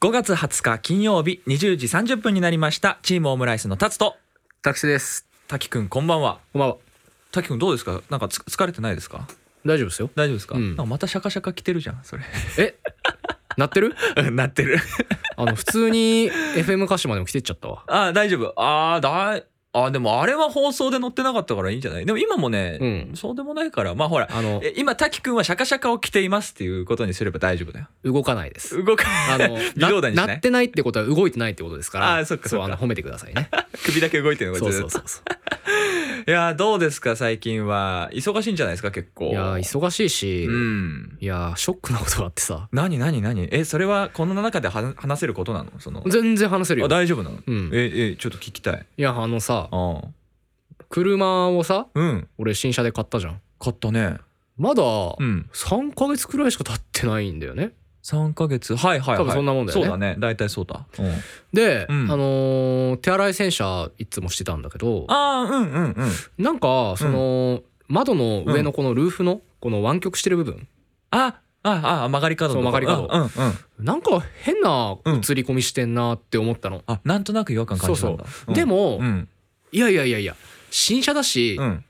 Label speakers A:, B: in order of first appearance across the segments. A: 5月20日金曜日20時30分になりましたチームオムライスの達と
B: タクシです。
A: 滝くんこんばんは
B: こんばんは。
A: 滝くんどうですかなんかつ疲れてないですか
B: 大丈夫ですよ。
A: 大丈夫ですか,、
B: うん
A: なんかまたシャカシャカ来てるじゃん それ
B: え、鳴ってる？
A: なってる
B: あの普通に FM 歌手までも来てっちゃったわ。
A: あ大丈夫あーだいあでもあれは放送で載ってなかったからいいんじゃないでも今もね、
B: うん
A: そうでもないからまあほら
B: あの
A: え今滝くんはシャカシャカを着ていますっていうことにすれば大丈夫だよ
B: 動かないです。
A: 動か
B: あの
A: 微動だにしな
B: ない鳴ってないってことは動いてないってことですから。
A: あそっかそっか
B: うあの褒めてください ね。
A: 首だけ動いてるのが
B: そう
A: ずっ
B: そ
A: と
B: うそうそ
A: いやーどうですか最近は忙しいんじゃないですか結構
B: う。いやー忙しいし、
A: うん
B: いやーショックなことがあってさ、
A: 何何何えそれはこの中では話せることなのその
B: 全然話せる
A: あ
B: よ。
A: 大丈夫なの、
B: うん
A: ええちょっと聞きたい
B: いやあのさ、
A: あ
B: 車をさ、
A: うん
B: 俺新車で買ったじゃん。
A: 買ったね
B: まだ
A: うん
B: 3ヶ月くらいしか経ってないんだよね。
A: 3ヶ月はいはいはい
B: 多分そんなもんだよね
A: そうだね大体そうだ、うん、
B: で、
A: うん
B: あのー手洗い洗車いつもしてたんだけど、
A: ああうんうんうん
B: なんかその、窓の上のこのルーフのこの湾曲してる部分、
A: あああ曲がり角のとこ
B: そう曲がり角
A: うんうんうん
B: なんか変な
A: うん
B: 映り込みしてんなって思ったの、
A: あなんとなく違和感感じたんだ
B: そ
A: う
B: う
A: ん
B: でも、
A: うん
B: いやいやいやいや新車だし、
A: うん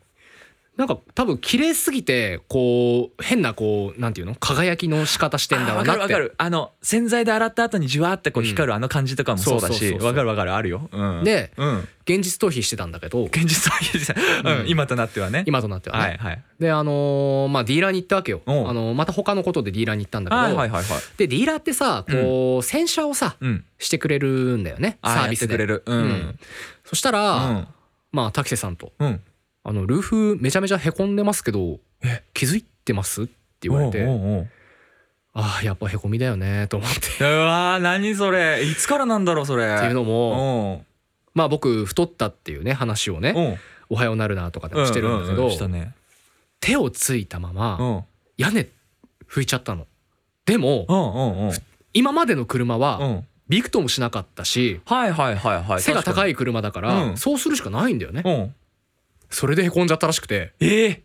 B: なんか多分綺麗すぎてこう変なこうなんていうの輝きの仕方してん
A: あ
B: だろう
A: わか
B: な
A: る
B: っ
A: わ
B: て
A: かるあの洗剤で洗った後にじわーってこう
B: うん
A: 光るあの感じとかもそうだ
B: そうそう
A: し
B: そうそう
A: わかるわかるあるよ、うん、
B: で
A: うん、
B: 現実逃避してたんだけど
A: 現実は現実は、う、
B: うんん
A: 今となってはね
B: 今となってはね、
A: はいはい
B: であのーまあディーラーに行ったわけよ、あ
A: おう
B: のーまた他のことでディーラーに行ったんだけど、
A: はいはいはいはい
B: でディーラーってさこう洗車をさ
A: うん
B: してくれるんだよね
A: あ
B: サービス
A: やってくれ
B: で
A: るうん、
B: うんそした
A: う
B: ら、
A: ん
B: まあタキセさんと
A: うん
B: あのルーフめちゃめちゃへこんでますけど気づいてますって言われて
A: おうおうおう
B: ああやっぱへこみだよねと思ってっ
A: うわー何それいつからなんだろうそれって
B: いうのも
A: も
B: まあ僕太ったっていうね話をね
A: ね
B: 「おはようなるな」とかでもしてるんだけど
A: したね
B: 手をついたま
A: う
B: ま
A: ん
B: 屋根拭いちゃったの。でも
A: うんうんうん
B: 今までの車
A: う
B: は
A: ん
B: びくともしなかったし
A: はいはいはいはい
B: 背が高
A: い
B: い車だか
A: う
B: ら
A: ん
B: そうするしかないんだよね。
A: うん
B: それでへこんじゃったらしくて
A: ええ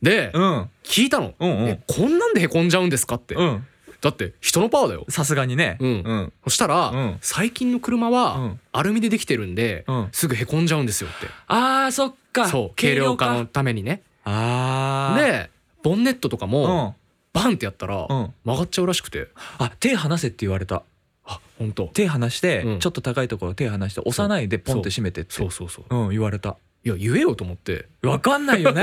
B: で
A: うん
B: 聞いたの、
A: うんうん
B: えこんなんでへこんじゃうんですかって、
A: うん
B: だって人のパワーだよ
A: さすがにね
B: うん
A: うん
B: そしたら、
A: うん
B: 最近の車
A: う
B: は
A: ん
B: アルミでできてるんで、
A: うん
B: すぐへこんじゃうんですよって
A: あーそっか
B: そう軽量化のためにね
A: あー
B: でボンネットとか
A: う
B: も
A: ん
B: バンってやったら
A: うん
B: 曲がっちゃうらしくて
A: あ手離せって言われた
B: あ本当
A: 手離して、
B: うん
A: ちょっと高いところ手離して押さないでポンって閉めてって
B: そうそうそう
A: うん言われた
B: いや言えよと思って
A: わかんないよ ね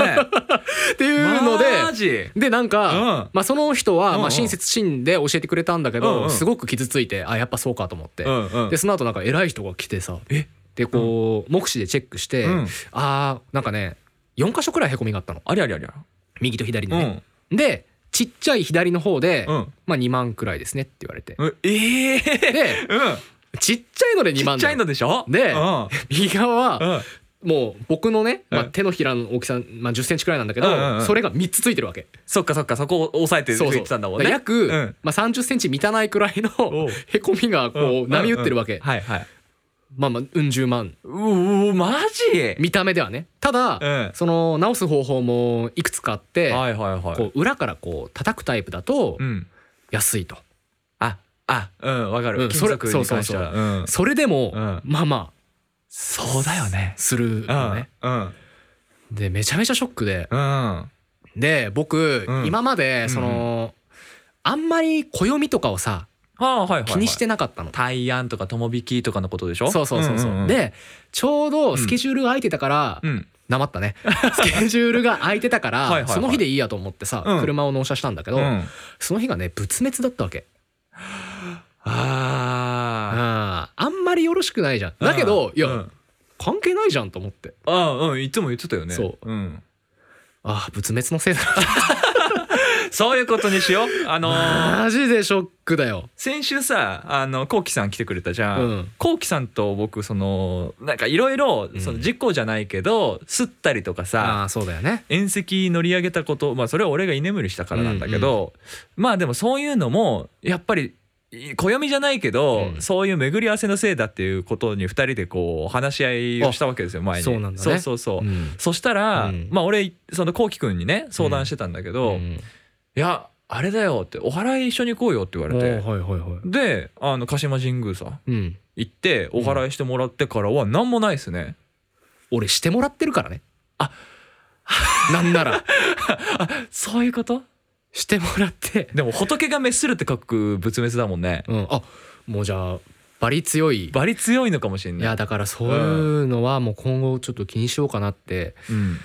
B: っていうので
A: マジ
B: でなんか、
A: うん
B: まあ、その人
A: うんう
B: は
A: ん
B: まあ親切心で教えてくれたんだけど、
A: うんうん
B: すごく傷ついてあやっぱそうかと思って、
A: うんうん
B: でその後なんか偉い人が来てさ
A: え
B: でこう、目視でチェックして、
A: うん
B: あーなんかね4箇所くらいへこみがあったの
A: ありゃりゃりゃ
B: 右と左でね、でちっちゃい左の方で、
A: うん
B: まあ2万くらいですねって言われて、
A: うんええ
B: で
A: うん
B: ちっちゃいので
A: ち
B: 2
A: っ
B: 万
A: ちゃいの
B: の
A: でしょ
B: で
A: うん
B: 右側
A: う
B: は
A: ん
B: もう僕のね、まあ、
A: うん
B: 手のひらの大きさ、まあ、1 0ンチくらいなんだけど、
A: うんうんうん
B: それが3つついてるわけ
A: そっかそっかそこを押さえて
B: そ
A: 増
B: うそ
A: え
B: う
A: てたんだもん
B: だ
A: ね
B: から
A: う
B: 約、
A: ん
B: まあ、3 0ンチ満たないくらいの
A: おう
B: へこみがこ
A: ん
B: う波打ってるわけ、
A: うんはいはい
B: まあまあうん十万
A: うううマジ
B: 見た目ではねただ、
A: うん
B: その直す方法もいくつかあって、
A: はいはいはい
B: こう裏からこう叩くタイプだと
A: うん
B: 安いと、
A: ああうんわか
B: う
A: る
B: ん
A: 金属に関しては
B: それ
A: うん
B: それでも、
A: うん
B: まあまあ
A: そうだよね
B: するのね、
A: うん
B: でめちゃめちゃショックで
A: うん
B: で僕、
A: うん
B: 今までその、あんまり暦とかをさ
A: ああはいはいはい
B: 気にしてなかったの、
A: 対案とか友引とかのことでしょ
B: そうそうそうそう,、
A: んんん、
B: でちょうどスケジュールが空いてたから、
A: うん
B: なまったね スケジュールが空いてたから
A: はいはいはい
B: その日でいいやと思ってさ、
A: うん
B: 車を納車したんだけど、
A: うん
B: その日がね仏滅だったわけ
A: あ
B: ああんまりよろしくないじゃん
A: あ
B: だけど、いや、
A: うん
B: 関係ないじゃんと思って
A: ああうんいつも言ってたよね
B: そう、
A: ん、
B: ああ仏滅のせいだ
A: そういうことにしようあの ー
B: なマジでショックだよ
A: 先週さあのこうきさん来てくれたじゃん、
B: うん
A: こうきさんと僕そのなんかいろいろ
B: うん
A: その事故じゃないけど、す吸ったりとか
B: あ
A: さ
B: あそうだよね
A: 縁石乗り上げたことまあそれは俺が居眠りしたからなんだけど、まあでもそういうのもやっぱりい暦じゃないけど、
B: うん
A: そういう巡り合わせのせいだっていうことに2人でこう話し合いをしたわけですよ前に
B: そうなんだね
A: そうそうそう、
B: うん
A: そしたら、
B: うん
A: まあ俺そのこうきくんにね相談してたんだけど、
B: うん
A: いやあれだよってお祓い一緒に行こうよって言われて
B: はいはいはい
A: であの鹿島神宮さ
B: うん
A: 行ってお祓いしてもらってからは何もないですね、
B: 俺してもらってるからね
A: あ
B: なんなら
A: そういうこと
B: してもらって
A: でも仏が滅するって書く仏滅だもんね
B: うんあもうじゃあバリ強い
A: バリ強いのかもしれ
B: い
A: な
B: や
A: い
B: だからそういうのはもう今後ちょっと気にしようかなって
A: うん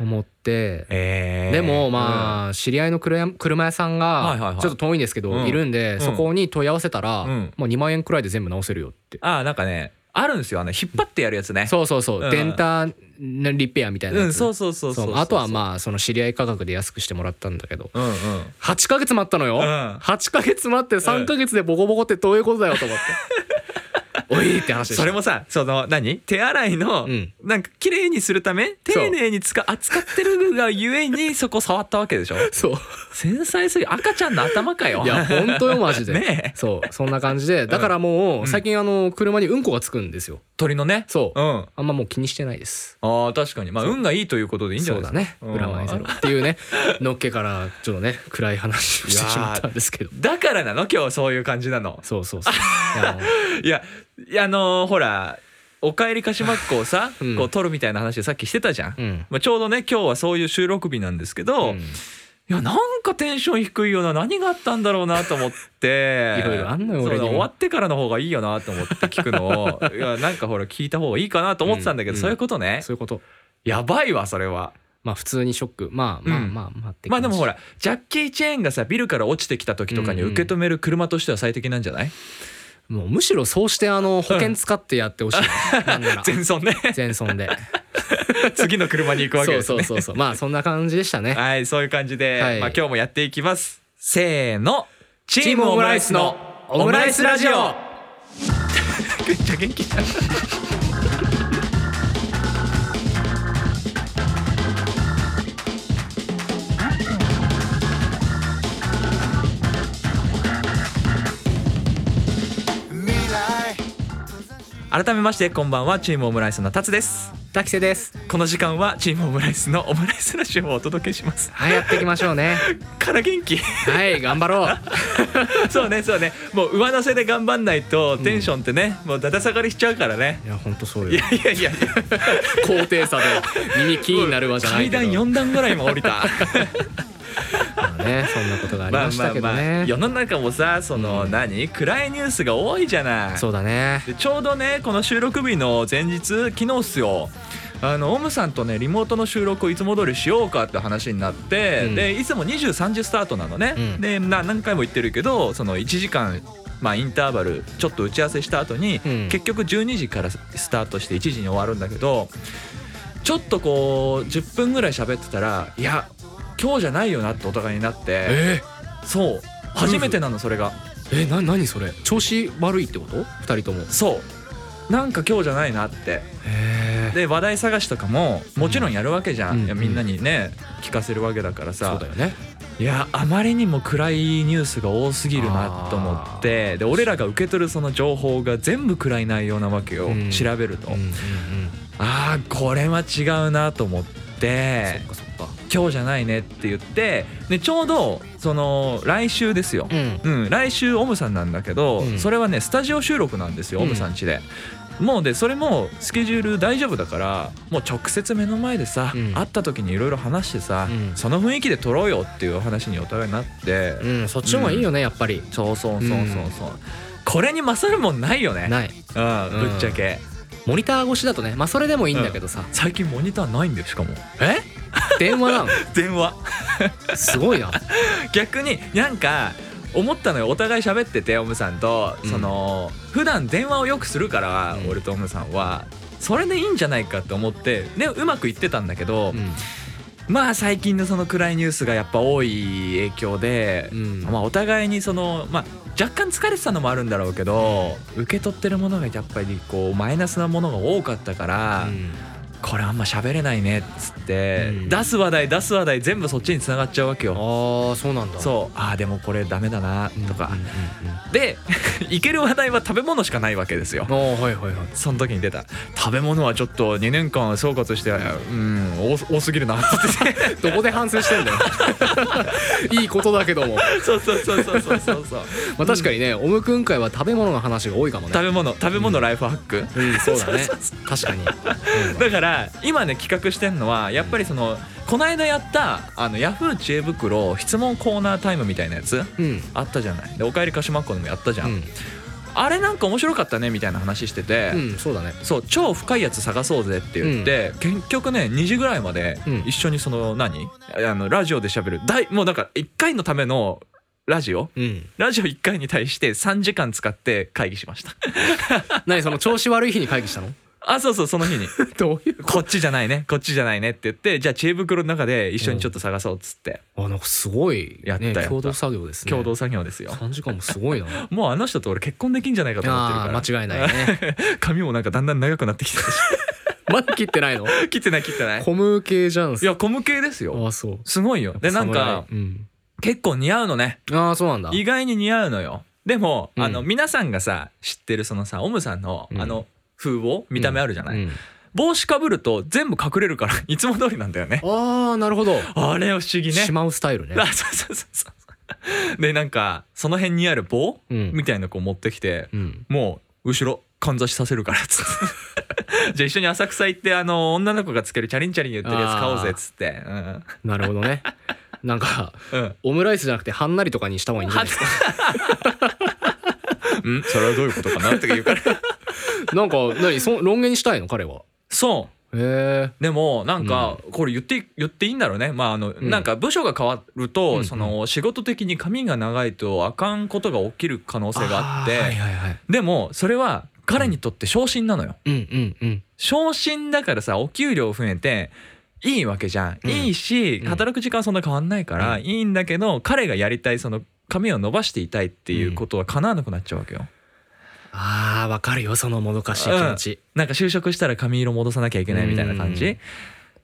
B: 思って、
A: えー
B: でもまあ知り合いの車屋車屋さ
A: は
B: ん
A: いはいは
B: が
A: い
B: ちょっと遠いんですけど
A: うん
B: いるんで
A: ん
B: そこに問い合わせたら
A: うん
B: もう2万円くらいで全部直せるよって
A: うんあなんかねあるんですよあの引っ張ってやるやつね
B: そうそうそううんデンタリペアみたいな
A: う
B: や
A: ん
B: つ
A: そうそうそうそう
B: そうあとはまあその知り合い価格で安くしてもらったんだけど
A: うんうん
B: 8ヶ月待ったの
A: う
B: よ、
A: ん
B: 8ヶ月待って3ヶ月でボコボコってどういうことだよと思 って、おいって話でした
A: それもさその何手洗いの、
B: うん
A: なんか綺麗にするため丁寧に使扱ってるがゆえにそこ触ったわけでしょ
B: そう
A: 繊細すぎ赤ちゃんの頭かよ
B: いや本当よマジで、
A: ねえ
B: そうそんな感じでだからもう最近あの車にうんこがつくんですよ
A: 鳥のね
B: そう
A: うんあ
B: あんまもう気にしてないです
A: ー確かにまあ運がいいということでいいんじゃ
B: そ
A: な
B: う
A: いで
B: だ
A: すか
B: ね
A: うん
B: 裏前ゼロっ ていうねのっけからちょっとね暗い話をしてしまったんですけど
A: だからなの今日そういう感じなの
B: そうそうそういやもう
A: いやいやあのーほら「おかえりかしまっこ」をさ、
B: う ん
A: こう撮るみたいな話でさっきしてたじゃん、
B: うん
A: まあ、ちょうどね今日はそういう収録日なんですけど、
B: うん
A: いやなんかテンション低いよな何があったんだろうなと思って
B: いろいろあんのよ
A: そう
B: 俺にも
A: 終わってからの方がいいよなと思って聞くのをいやなんかほら聞いた方がいいかなと思ってたんだけど、
B: うん
A: そういうことね
B: そういうこと
A: やばいわそれは。
B: まあ普通にショックまあまあ
A: うん
B: まあまあって
A: まあ
B: 感
A: で
B: じ
A: もほらジャッキー・チェーンがさビルから落ちてきた時とかに受け止める車としては最適なんじゃない、
B: もうむしろそうしてあの保険使ってやってほし い、なんなら
A: 全損 ね
B: 全損で
A: 次の車に行くわけ
B: そ
A: で
B: う
A: すね
B: そうそうそうまあそんな感じでしたね
A: はい、そういう感じで、
B: はい
A: まあ今日もやっていきます。せーの、チームオムライスのオムライスラジオ。めっちゃ元気だ。改めましてこんばんはチームオムライスの達です
B: 滝瀬です
A: この時間はチームオムライスのオムライスラジオをお届けします
B: はいやっていきましょうね
A: から元気
B: はい頑張ろ う
A: そうねそうねもう上乗せで頑張んないとテンションってね、もうだだ下がりしちゃうからね
B: いや本当そう
A: い
B: よ
A: やいやいや
B: 高低差で耳キーになるわじゃな
A: 階
B: いけど
A: 段4段ぐらいも降り た
B: まあねそんなことがあり
A: まあ
B: まし
A: ま
B: た
A: あ
B: けど
A: ま
B: ね
A: あ、世の中もさその、何暗いニュースが多いじゃない
B: そうだね
A: でちょうどねこの収録日の前日昨日っすよあのオムさんとねリモートの収録をいつも通りしようかって話になって、
B: うん
A: でいつも23時スタートなのね、
B: うん
A: でな何回も言ってるけどその1時間、まあ、インターバルちょっと打ち合わせした後に、
B: うん
A: 結局12時からスタートして1時に終わるんだけどちょっとこう10分ぐらい喋ってたらいや今日じゃないよなってお互いになって
B: え
A: そう初めてなのそれが。
B: ー、えな何それ調子悪いってこと二人とも
A: そうなんか今日じゃないなって
B: へえ
A: で話題探しとかももちろんやるわけじゃん、
B: うん
A: いやみんなにね聞かせるわけだから
B: そ
A: さ
B: うだよね
A: いやあまりにも暗いニュースが多すぎるなと思ってで俺らが受け取るその情報が全部暗い内容なわけよ、
B: うん
A: 調べると、
B: うんうんうん
A: あーこれは違うなと思って
B: そっかそっか
A: 今日じゃないねって言ってでちょうどその来週ですよ、
B: うん
A: うん、来週オムさんなんだけど、
B: うん
A: それはねスタジオ収録なんですよ、
B: うん
A: オムさん家で。もうでそれもスケジュール大丈夫だからもう直接目の前でさ、
B: うん
A: 会った時にいろいろ話してさ、
B: うん
A: その雰囲気で撮ろうよっていう話にお互いになって、
B: うんそっちの方がいいよねやっぱり
A: そうそうそうそうそう、これに勝るもんないよね
B: ない
A: うん、ぶっちゃけ
B: モニター越しだとねまあそれでもいいんだけどさ、
A: 最近モニターないんですしかも
B: え電話な
A: 電話
B: のすごいな
A: 逆になんか思ったのよお互い喋っててオムさんと、
B: うん
A: その普段電話をよくするから、
B: うん
A: 俺とオムさんはそれでいいんじゃないかって思ってでうまくいってたんだけど、まあ最近のその暗いニュースがやっぱ多い影響で、
B: うん
A: まあ、お互いにその、まあ、若干疲れてたのもあるんだろうけど、受け取ってるものがやっぱりこうマイナスなものが多かったから、これあんま喋れないねっつって、
B: うん
A: 出す話題出す話題全部そっちに繋がっちゃうわけよ
B: ああそうなんだ
A: そうああでもこれダメだな
B: うん
A: とか、
B: うんうんうん
A: で いける話題は食べ物しかないわけですよ
B: ああはいはいはい
A: その時に出た食べ物はちょっと2年間総括してうん多多すぎるな って言って
B: どこで反省してんだよ いいことだけども、ま
A: そうそうそうそうそうそうそう
B: あ、確かにね、オムくん会は食べ物の話が多いかもね
A: 食べ物食べ物ライフハック、
B: うん そうだね確かに、うん
A: だから今ね企画してんのはやっぱりそのこの間やったあのヤフー知恵袋質問コーナータイムみたいなやつ
B: うん
A: あったじゃないで「おかえりかしまっこ」でもやったじゃん、
B: うん
A: あれなんか面白かったねみたいな話してて、
B: うん、そうだね
A: そう超深いやつ探そうぜって言って、結局ね2時ぐらいまで
B: うん
A: 一緒にその何あのラジオで喋る大もうだから1回のためのラジオ
B: うん
A: ラジオ1回に対して3時間使って会議しま した
B: 何その調子悪い日に会議したの
A: あそうそうその 日に
B: どういう
A: こっちじゃないねこっちじゃないねって言ってじゃあ知恵袋の中で一緒にちょっと探そうっつって
B: あなんかすごい、ね、
A: やったやった
B: 共同作業ですね
A: 共同作業ですよ
B: 3時間もす ごいな
A: もうあの人と俺結婚できんじゃないかと思ってる
B: あ
A: から
B: あ間違いない ね
A: 髪もなんかだんだん長くなってきてたし
B: まだ切って ないの
A: 切ってない切ってない
B: コム系じゃん
A: いやコム系ですよ
B: ああそう
A: すごいよでなんか
B: 侍うん、
A: 結構似合うのね
B: ああそうなんだ
A: 意外に似合うのよでも、
B: うん
A: あの皆さんがさ知ってるそのさオムさんの、
B: うん
A: あの風貌見た目あるじゃない、
B: うん
A: 帽子かぶると全部隠れるから いつも通りなんだよね
B: ああなるほど、
A: あれは不思議ね
B: しまうスタイ ルね
A: あそうそうそうそうでなんかその辺にある棒、
B: うん
A: みたいなのこう持ってきて、
B: うん
A: もう後ろかんざしさせるからっつって じゃあ一緒に浅草行ってあの女の子がつけるチャリンチャリン言ってるやつ買おうぜっつってうん
B: なるほどねなんか
A: うん、
B: オムライスじゃなくてはんなりとかにした方がいいんじゃないですか
A: うん、それはどういうことかなっていうから
B: なんか何そロン毛にしたいの彼は
A: そう
B: へえ
A: でもなんかこれ言って言っていいんだろうね、まああの
B: ん
A: なんか部署が変わる
B: うんう
A: と
B: ん
A: その仕事的に髪が長いとあかんことが起きる可能性があっ
B: はい
A: て
B: はいはい
A: でもそれは彼にとって昇進なのよ
B: うんうんうん
A: 昇進だからさお給料増えていいわけじゃん
B: うん
A: いいし
B: うん
A: 働く時間そんな変わんないから
B: う
A: いいんだけど彼がやりたいその髪を伸ばしていたいっていうことは叶わなくなっちゃうわけよ
B: あーわかるよそのもどかしい気持ち、
A: なんか就職したら髪色戻さなきゃいけないみたいな感じ、
B: うん
A: い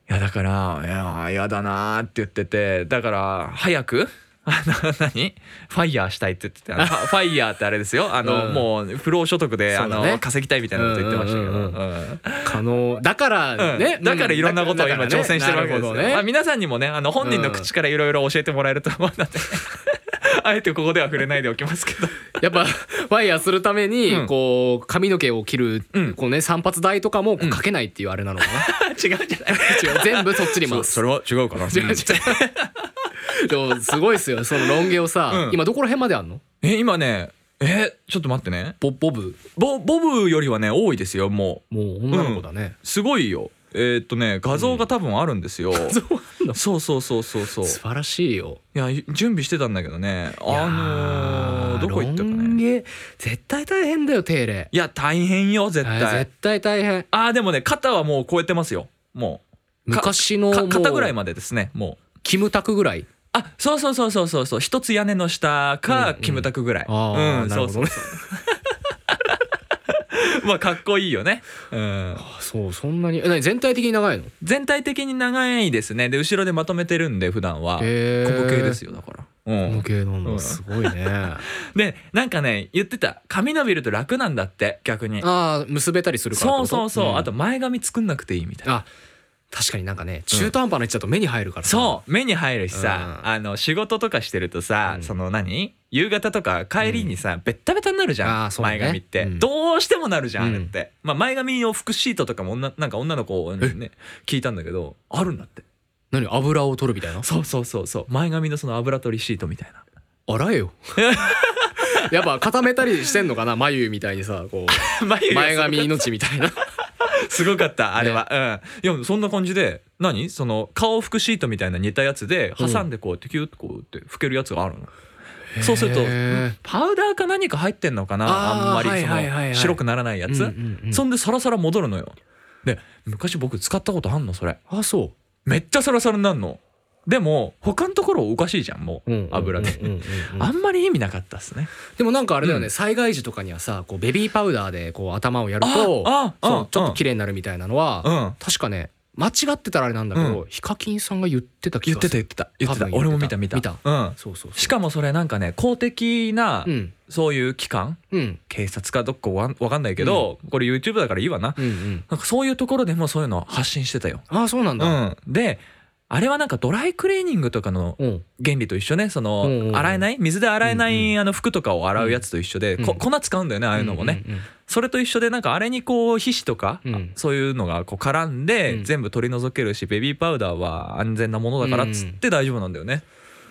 A: やだからいや嫌だなーって言っててだから早くあの何ファイヤーしたいって言っててあ のファファイヤーってあれですよあの、
B: うん
A: もう不労所得で、
B: そ
A: あ
B: うだ
A: の
B: ね
A: 稼ぎたいみたいなこと言ってましたけど、
B: うんうんうん
A: うん
B: 可能だからね、
A: うんだからいろんなことを今
B: だから
A: 挑戦してるわけですよ、
B: なるほ
A: まあ、
B: どね
A: 皆さんにもねあの本人の口からいろいろ教えてもらえると思うの であえてここでは触れないでおきますけど
B: やっぱファイヤーするために、
A: うん
B: こう髪の毛を切る、
A: うん
B: こうね散髪代とかもこ
A: う
B: うんかけないっていうあれなのかな、
A: 違うじゃない
B: 違う全部そっちに回す
A: れは違うかな
B: 違う違うでもすごいっすよそのロン毛をさ、
A: うん
B: 今どこら辺まであんの
A: え今ねえちょっと待ってね
B: ボボブ
A: ボボブよりはね多いですよも
B: もう女の子だね、
A: うすごいよえーっとね画像が多分あるんですよ、
B: そうなんだ
A: そうそうそうそうそうい
B: 素晴らしいよ
A: やい準備してたんだけどねあのー、どこ行ったか
B: ロン
A: ね
B: 毛絶対大変だよ手入れ
A: いや大変よ絶対、
B: あー絶対大変
A: あーでもね肩はもう超えてますよも
B: 昔の
A: うか
B: も
A: 肩
B: う
A: ぐらいまでですねもう
B: キムタクぐらい
A: あそうそうそうそうそうそう一つ屋根の下か、
B: うんうん
A: キムタクぐらい
B: ああ、
A: うん
B: な
A: そ
B: る
A: う
B: ほ
A: そ
B: ど
A: う
B: ね
A: まあかっこいいよねうん
B: あそうそんなにえ何全体的に長いの
A: 全体的に長いですねで後ろでまとめてるんで普段は
B: へー
A: ここ系ですよだから、う
B: こ
A: ん
B: の、系なんだ、
A: うん
B: すごいねあ
A: でなんかね言ってた髪伸びると楽なんだって逆に
B: あ結べたりするからって
A: そ
B: こ
A: うそうそう、
B: ん
A: あと前髪作んなくていいみたいな
B: あ確かになんかね中途半端な位置だと目に入るからさ
A: そう目に入るしさ、
B: うん
A: あの仕事とかしてるとさ、
B: うん
A: その何夕方とか帰りにさ、ベッタベタになるじゃん、
B: あーそうね
A: 前髪って、
B: うん
A: どうしてもなるじゃん、
B: うん
A: あれって、まあ、前髪を拭くシートとかも女なんか女の子にね聞いたんだけどあるんだって
B: 何油を取るみたいな
A: そうそうそうそう前髪のその油取りシートみたいな
B: 洗えよやっぱ固めたりしてんのかな眉みたいにさこ う
A: 眉毛が
B: 前髪命みたいな
A: すごかったあれは、うんいやそんな感じで何その顔拭くシートみたいな似たやつで
B: うん
A: 挟んでこうやってキュッとこうって拭けるやつがあるの、そうすると
B: へー
A: パウダーか何か入ってんのかな
B: あー
A: あんまり
B: はい
A: そ
B: はいはいは
A: の
B: い
A: 白くならないやつ、
B: うんうんうん
A: そんでサラサラ戻るのよで昔僕使ったことあんのそれ
B: あそう
A: めっちゃサラサラになるのでも他のところおかしいじゃんもう、
B: うん
A: 油で、
B: うんうんうんうん
A: あんまり意味なかったっすね
B: でもなんかあれだよね、
A: うん
B: 災害時とかにはさこうベビーパウダーでこう頭をやると
A: ああ
B: そ
A: あ
B: うちょっと綺麗になるみたいなのは、
A: うん
B: 確かね間違ってたらあれなんだけど、ヒカキンさんが言ってた気
A: 言っ
B: がす
A: て
B: る
A: た言ってた言って
B: 多
A: た俺
B: 分言ってた
A: も見た見た
B: 見た
A: うん、
B: そうそうそう
A: しかもそれなんかね公的な
B: うん
A: そういう機関、
B: うん
A: 警察かどっかわわかんないけど、これ YouTube だからいいわな
B: うんうん
A: なんかそういうところでもそういうの発信してたよ、
B: ああそうなん
A: う
B: だ
A: ん、であれはなんかドライクリーニングとかの
B: うん
A: 原理と一緒ねその、
B: うんうんうん
A: 洗えない水で洗えな
B: うん
A: いあの服とかを洗うやつと一緒で、
B: うん
A: こ粉使うんだよねああいうのもね、それと一緒でなんかあれにこう皮脂とか、
B: うんうん
A: そういうのがこう絡ん
B: う
A: で
B: ん
A: 全部取り除けるし、ベビーパウダーは安全なものだからっつって大丈夫なんだよね、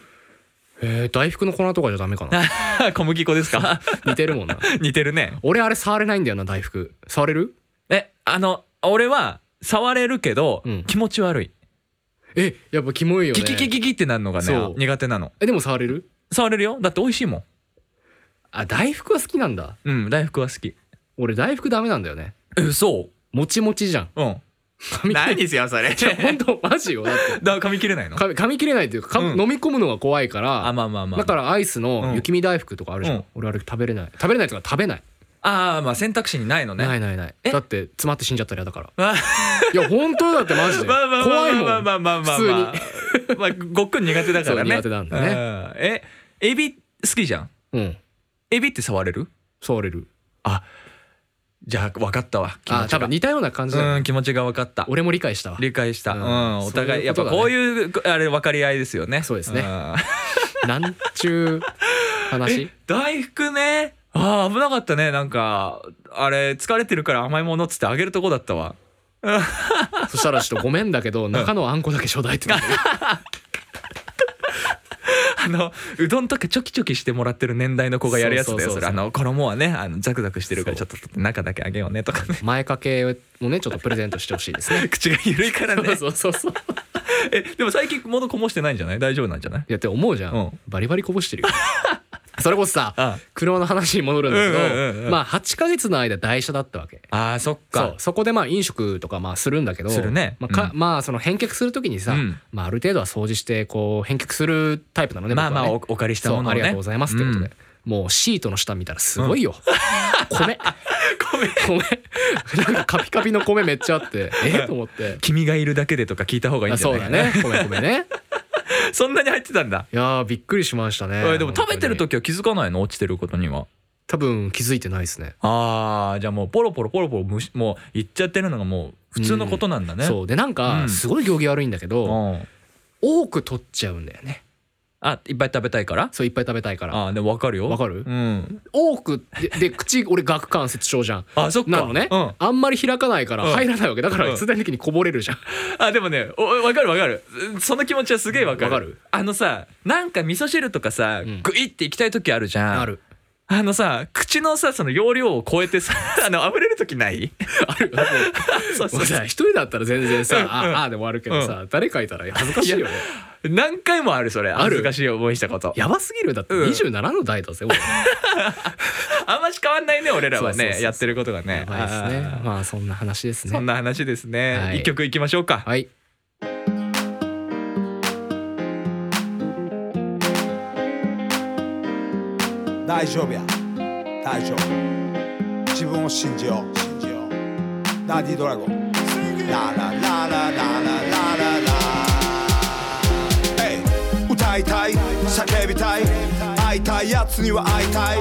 B: えー大福の粉とかじゃダメかな
A: 小麦粉ですか
B: 似てるもんな
A: 似てるね
B: 俺あれ触れないんだよな大福触れる
A: えあの俺は触れるけど、
B: うん
A: 気持ち悪い
B: えやっぱキモいよね
A: キキキキキってなるのが
B: そ
A: ね
B: う
A: 苦手なの
B: えでも触れる
A: 触れるよだって美味しいもん
B: あ大福は好きなんだ
A: うん大福は好き
B: 俺大福ダメなんだよね
A: えそ
B: もちもちじゃん
A: ううん
B: 噛み切れ
A: 何ですよそ れ
B: 本当マジよだっ て
A: だ噛み切れないの
B: 噛み噛み切れないというか、か
A: うん
B: 飲み込むのが怖いから、
A: あまあまあまあ
B: だからアイスの雪見大福とかあるじゃん、
A: うん
B: 俺あれ食べれない食べれないとか食べない、
A: ああまあ選択肢にないのね
B: ないないない
A: え
B: だって詰まって死んじゃったら嫌だから
A: まあ
B: いや本当だってマジ で
A: まあまあ
B: 怖いもん
A: まあまあまあまあまあ まあごっくん苦手だからね
B: そう苦手なんだね
A: うんえエビ好きじゃん
B: うん
A: エビって触れる
B: 触れる
A: じゃあ分かったわ気
B: あ
A: 持ち
B: 多
A: が
B: 分似たような感じだよね
A: うん気持ちが分かった
B: 俺も理解したわ
A: 理解した、う
B: うんん
A: お
B: そう
A: 互い
B: い
A: やっ
B: うこ
A: ぱ
B: とだね
A: こういうあれ分かり合いですよね
B: そうですね
A: ん
B: なんちゅう
A: え
B: 話
A: 大福ねあー危なかったねなんかあれ疲れてるから甘いものっつってあげるとこだったわ
B: そしたらちょっとごめんだけど中のあんこだけちょうだいって言うんだよ
A: あのうどんとかチョキチョキしてもらってる年代の子がやるやつだよそ
B: そうそうそうそう
A: れあの衣はねあのザクザクしてるからち
B: そ
A: ょっと中だけあげようねと かね
B: 前掛けもねちょっとプレゼントしてほしいで すね
A: 口が緩いからね
B: そうそうそう
A: えでも最近物こもしてないんじゃない大丈夫なんじゃない
B: いやって思うじゃん、
A: うん
B: バリバリこぼしてるよそれこそさ
A: あ
B: 車の話に戻るんだけど、
A: うんうんうんうん
B: まあ8ヶ月の間台車だったわけ
A: あーそっ
B: そ
A: か
B: うそこでまあ飲食とかまあするんだけど
A: するね
B: まあか
A: う
B: まあその返却するときにさ、
A: うん
B: まあ、ある程度は掃除してこう返却するタイプなのね
A: まあまあ
B: 僕
A: お
B: はね
A: お借りした
B: そ
A: も
B: う
A: のを
B: あ
A: ね
B: りがとうございますってことで、もうシートの下見たらすごいよ、 米
A: 米
B: 米なんかカピカピの米めっちゃあってえと思って
A: 君がいるだけでとか聞いた 方がいいん
B: あ
A: じゃ
B: そ
A: ないか
B: うだね
A: ね
B: 米米ね
A: そんなに入ってたんだ
B: いやーびっくりしましたね
A: えでも食べてる
B: 本当に
A: 時は気づかないの落ちてることには
B: 多分気づいてないですね
A: あーじゃあもうポロポロポロポロむしもう言っちゃってるのがもう普通のことなんだね、うん、
B: そうでなん
A: う
B: か
A: ん
B: すごい行儀悪いんだけど、多く取っちゃうんだよね
A: あいっぱい食べたいから
B: そういっぱい食べたいから
A: あーでも分かるよ
B: わかる
A: うん
B: 多くでで口俺顎関節症じゃん
A: あそっか
B: なのね、
A: うん、
B: あんまり開かないから
A: うん
B: 入らないわけだか
A: うん
B: ら必然的にこぼれるじゃん、
A: あでもねお分かる分かるその気持ちはすげえ分かる
B: わかる
A: あのさなんか味噌汁とかさ、
B: うん
A: グイっていきたい時あるじゃん
B: ある
A: あのさ口のさその容量を超えてさ あの溢れる時ない
B: あるある
A: そう
B: も
A: そうう
B: さ一人だったら全然さ、
A: うんうん
B: ああでもあるけどさ、誰かいたら恥ずかしいよね
A: 何回もあるそれ
B: る
A: 恥ずかしい思いしたこと
B: やばすぎるよだって
A: うん
B: 27の代だぜ、俺
A: あんまし変わんないね俺らはね
B: そうそうそうそう
A: やってることがね
B: やばいですね
A: あー
B: まあそんな話です
A: そん
B: ね
A: な話ですね、
B: はい
A: 一曲いきましょうか、
B: はい
C: 大丈夫や大丈夫自分を信じよう信じようダディドラゴンララララララララ Hey 歌いたい叫びたい会いたいやつには会いたい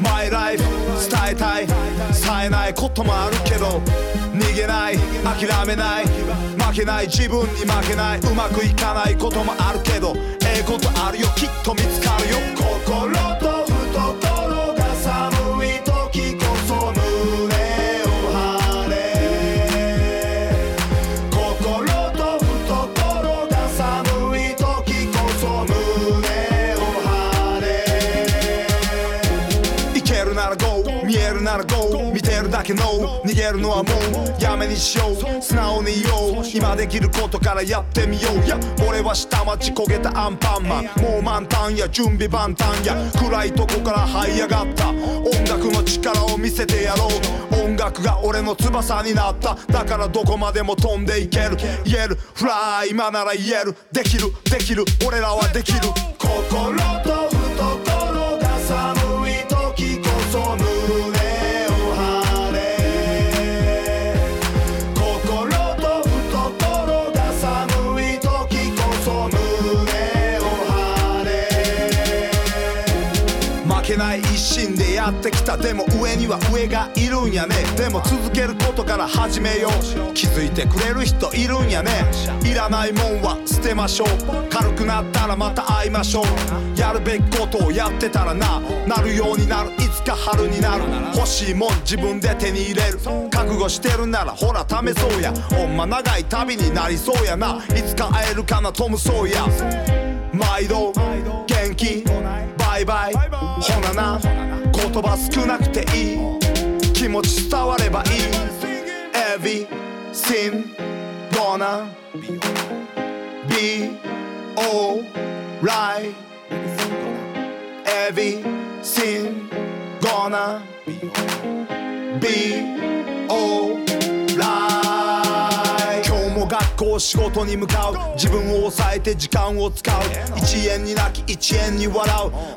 C: My life 伝えたい冴えないこともあるけど逃げない諦めない負けない自分に負けないうまくいかないこともあるけどええことあるよきっと見つかるよ心と懐が寒い時こそ胸を張れ心と懐が寒い時こそ胸を張れいけるなら GO 見えるなら GO 見てるだけ NO 逃げるのはもうやめにしよう素直に言おう今できることからやってみようや俺は下町焦げたアンパンマンもう満タンや準備万端や暗いとこから這い上がった音楽の力を見せてやろう音楽学が俺の翼になっただからどこまでも飛んでいける言えるフライ今なら言えるできるできる俺らはできる心と懐が寒い時こそ胸を張れ心と懐が寒い時こそ胸を張れ負けない一心でやってきたでも上には上がいるんやねでも続けることから始めよう気づいてくれる人いるんやねいらないもんは捨てましょう軽くなったらまた会いましょうやるべきことをやってたらななるようになるいつか春になる欲しいもん自分で手に入れる覚悟してるならほら試そうやほんま長い旅になりそうやないつか会えるかなトム・ソーヤ毎度元気バイバイほなな言葉少なくていい気持ち伝わればいい Everything gonna be alright Everything gonna be alright 今日も学校仕事に向かう自分を抑えて時間を使う1円に泣き1円に笑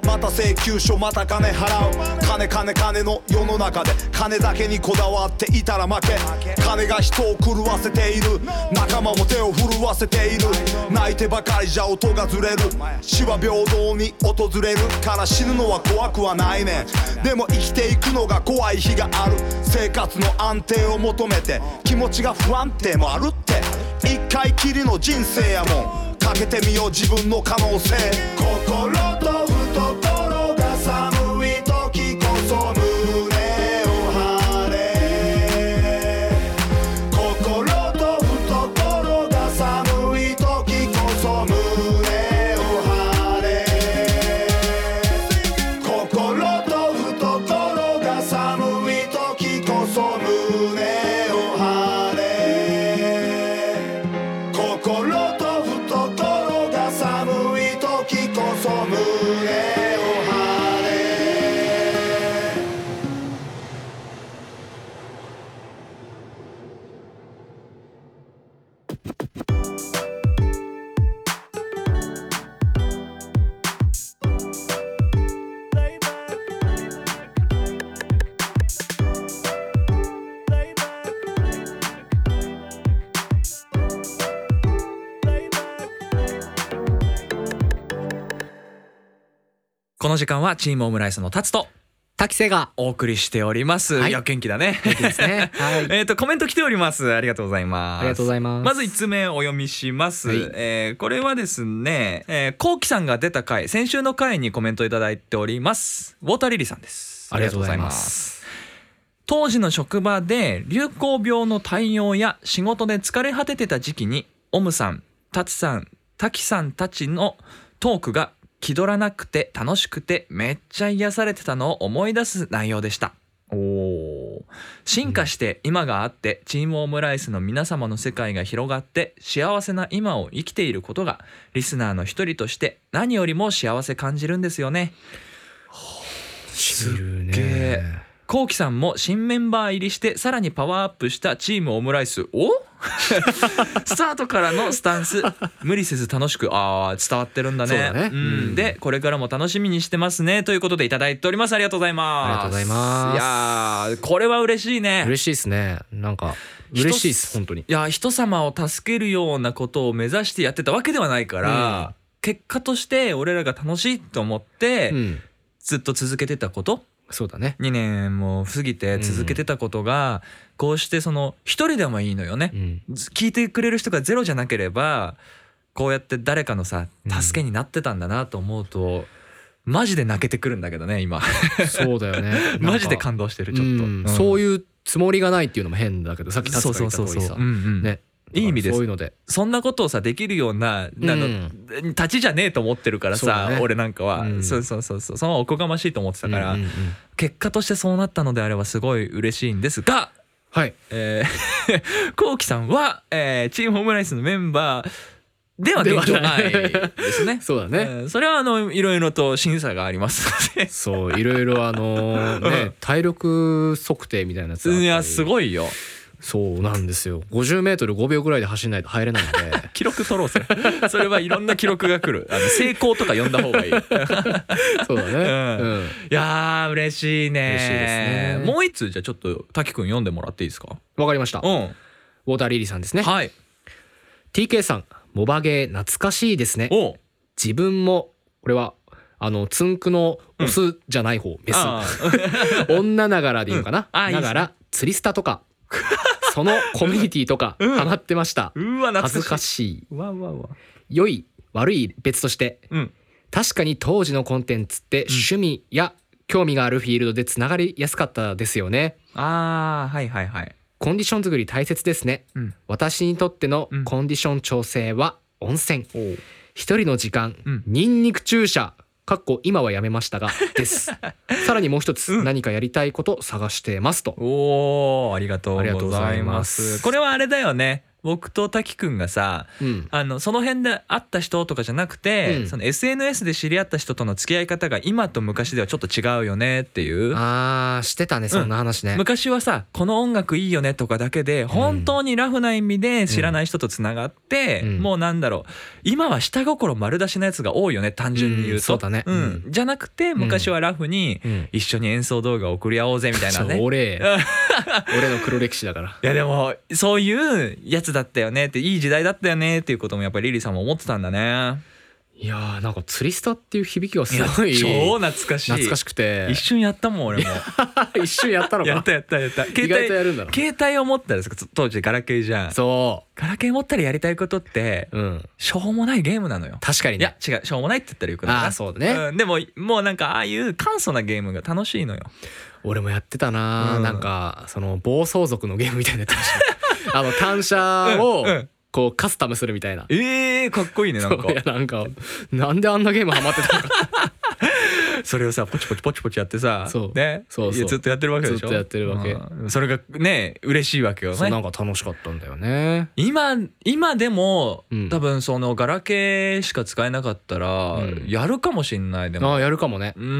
C: うまた請求書また金払う金金金の世の中で金だけにこだわっていたら負け金が人を狂わせている仲間も手を震わせている泣いてばかりじゃ音がずれる死は平等に訪れるから死ぬのは怖くはないねんでも生きていくのが怖い日がある生活の安定を求めて気持ちが不安定もあるって一回きりの人生やもんかけてみよう自分の可能性心と懐が寒い時こそ胸を張れ心と懐が寒い時こそ胸を張れ心と懐が寒い時こそ胸を張れ心と懐が寒い時こそ胸を張れ
A: この時間はチームオムライスの達と
B: 滝瀬が
A: お送りしております、
B: はい
A: いや元気だね
B: いいですねはい
A: えっとコメント来ておりますありがとうございます
B: ありがとうございます
A: まず1つ目お読みします、
B: はい
A: えーこれはですねえーこうきさんが出た回先週の回にコメントいただいておりますウォーターリリーさんです
B: ありがとうございます
A: 当時の職場で流行病の対応や仕事で疲れ果ててた時期にオムさんタツさんタキさんたちのトークが気取らなくて楽しくてめっちゃ癒されてたのを思い出す内容でしたおー進化して今があってチームオムライスの皆様の世界が広がって幸せな今を生きていることがリスナーの一人として何よりも幸せ感じるんですよね
B: 知る
A: すっげえこうきさんも新メンバー入りしてさらにパワーアップしたチームオムライスお スタートからのスタンス無理せず楽しくあー伝わってるんだね
B: そうだね
A: ん、でこれからも楽しみにしてますねということでいただいておりますありがとうございます
B: ありがとうございます
A: いやーこれは嬉しいね
B: 嬉しいですねなんか嬉しいです本当に
A: いや人様を助けるようなことを目指してやってたわけではないから、
B: うん
A: 結果として俺らが楽しいと思って、
B: うん
A: ずっと続けてたこと
B: そうだね
A: 2年も過ぎて続けてたことが、こうしてその一人でもいいのよね、
B: うん
A: 聞いてくれる人がゼロじゃなければこうやって誰かのさ助けになってたんだなと思うと、マジで泣けてくるんだけどね今
B: そうだ よね
A: マジで
B: 感
A: 感動してる
B: 動
A: ちょっと、
B: そう
A: い
B: いうつもりがないっていうのも変だけどさっき立つ
A: そう
B: から
A: そ
B: 言
A: う
B: った
A: そうそ
B: 通り
A: う
B: さ
A: うんうん
B: ね
A: いい意味です
B: そういうので
A: そんなことをさできるようななの、
B: うん
A: 立ちじゃねえと思ってるから
B: そうだ
A: さ、
B: ね
A: 俺なんかは、
B: うん
A: そうそうそうそうそのおこがましいと思ってたから、
B: うんうんうん
A: 結果としてそうなったのであればすごい嬉しいんですが、
B: はい。
A: えー、こうきさんは、えーチームホームライスのメンバーでは現状ないですね
B: そうだ
A: え
B: ね。
A: ーそれはあのいろいろと審査がありますので
B: そういろいろあのー ね体力測定みたいなやつがあったり
A: いやすごいよ
B: そうなんですよ 50m5 秒ぐらいで走んないと入れないので
A: 記録取ろうそれそれはいろんな記録が来るあの成功とか呼んだ方 がいいい
B: そうだね、
A: う
B: うん
A: やー嬉しいね
B: 嬉しいですね
A: もう一通じゃあちょっと滝くん読んでもらっていいですか
B: わかりました
A: うん
B: ウォーターリリーさんですね
A: はい
B: TK さんモバゲー懐かしいですね
A: おう
B: 自分もこれはあのつんくのオスじゃない方、メス
A: あ
B: 女ながらでいいのかな、
A: うんあいいです
B: な
A: ね
B: がら釣りスタとかそのコミュニティとかハマってました、
A: ーうわ懐かしい
B: 恥ずかしいう
A: わうわうわ
B: 良い悪い別として
A: うん
B: 確かに当時のコンテンツって趣味や興味があるフィールドでつながりやすかったですよね
A: あーはいはいはい
B: コンディション作り大切ですね
A: うん
B: 私にとっての
A: うん
B: コンディション調整は温泉
A: おう
B: 一人の時間、
A: うん
B: ニンニク注射かっこ今はやめ ましたがですさらにもう一つ、
A: うん
B: 何かやりたいこと探してますと
A: おーありがとう
B: ありがとう
A: ご
B: ご
A: ざ
B: ざ
A: い
B: い
A: ま
B: ますす
A: これはあれだよね僕と滝くんがさ
B: うん
A: あのその辺で会った人とかじゃなくて、
B: うん
A: その SNS で知り合った人との付き合い方が今と昔ではちょっと違うよねっていう
B: あーしてたねそんな話ね、
A: 昔はさこの音楽いいよねとかだけで本当にラフな意味で知らない人とつながって、
B: うん
A: もうなんだろう今は下心丸出しのやつが多いよね単純に言うと、
B: うんそうだね
A: んじゃなくて昔はラフに
B: うん
A: 一緒に演奏動画送り合おうぜみたいなね
B: そう 俺俺の黒歴史だから
A: いやでもそういうやつだったよねっていい時代だったよねっていうこともやっぱりリリーさんも思ってたんだね
B: いやーなんか釣りスタっていう響きがす
A: いや
B: ごい
A: 超懐かしい
B: 懐かしくて
A: 一瞬やったもん俺も
B: 一瞬やったの
A: や
B: か
A: ったやったやった携
B: 意外とや
A: 帯
B: るんだな
A: 携帯を持ったらさ当時ガラケーじゃん
B: そ
A: ガラケー持ったらやりたいことって
B: ううん
A: しょうもないゲームなのよ
B: 確かに
A: い
B: ね
A: や違うしょうもないって言ったらよくないな
B: あーそうだね
A: んでももうなんかああいう簡素なゲームが楽しいのよ
B: 俺もやってたな、
A: うん
B: なんかその暴走族のゲームみたいなやつ あの単車を
A: うんうん
B: こうカスタムするみたいな、
A: えー、かっこいいねなんか
B: いやなんかなんであんなゲームハマってたのか
A: それをさポチポチポチポチやってさ
B: そう
A: ね
B: そうそう
A: いやずっとやってるわけでしょ
B: ずっとやってるわけ
A: うんそれがね嬉しいわけよ
B: そうな
A: ね
B: んか楽しかったんだよね
A: 今今でも、
B: うん
A: 多分そのガラケーしか使えなかったら、
B: うん
A: やるかもしんないで
B: あ
A: も
B: あやるかもね
A: うん、
B: う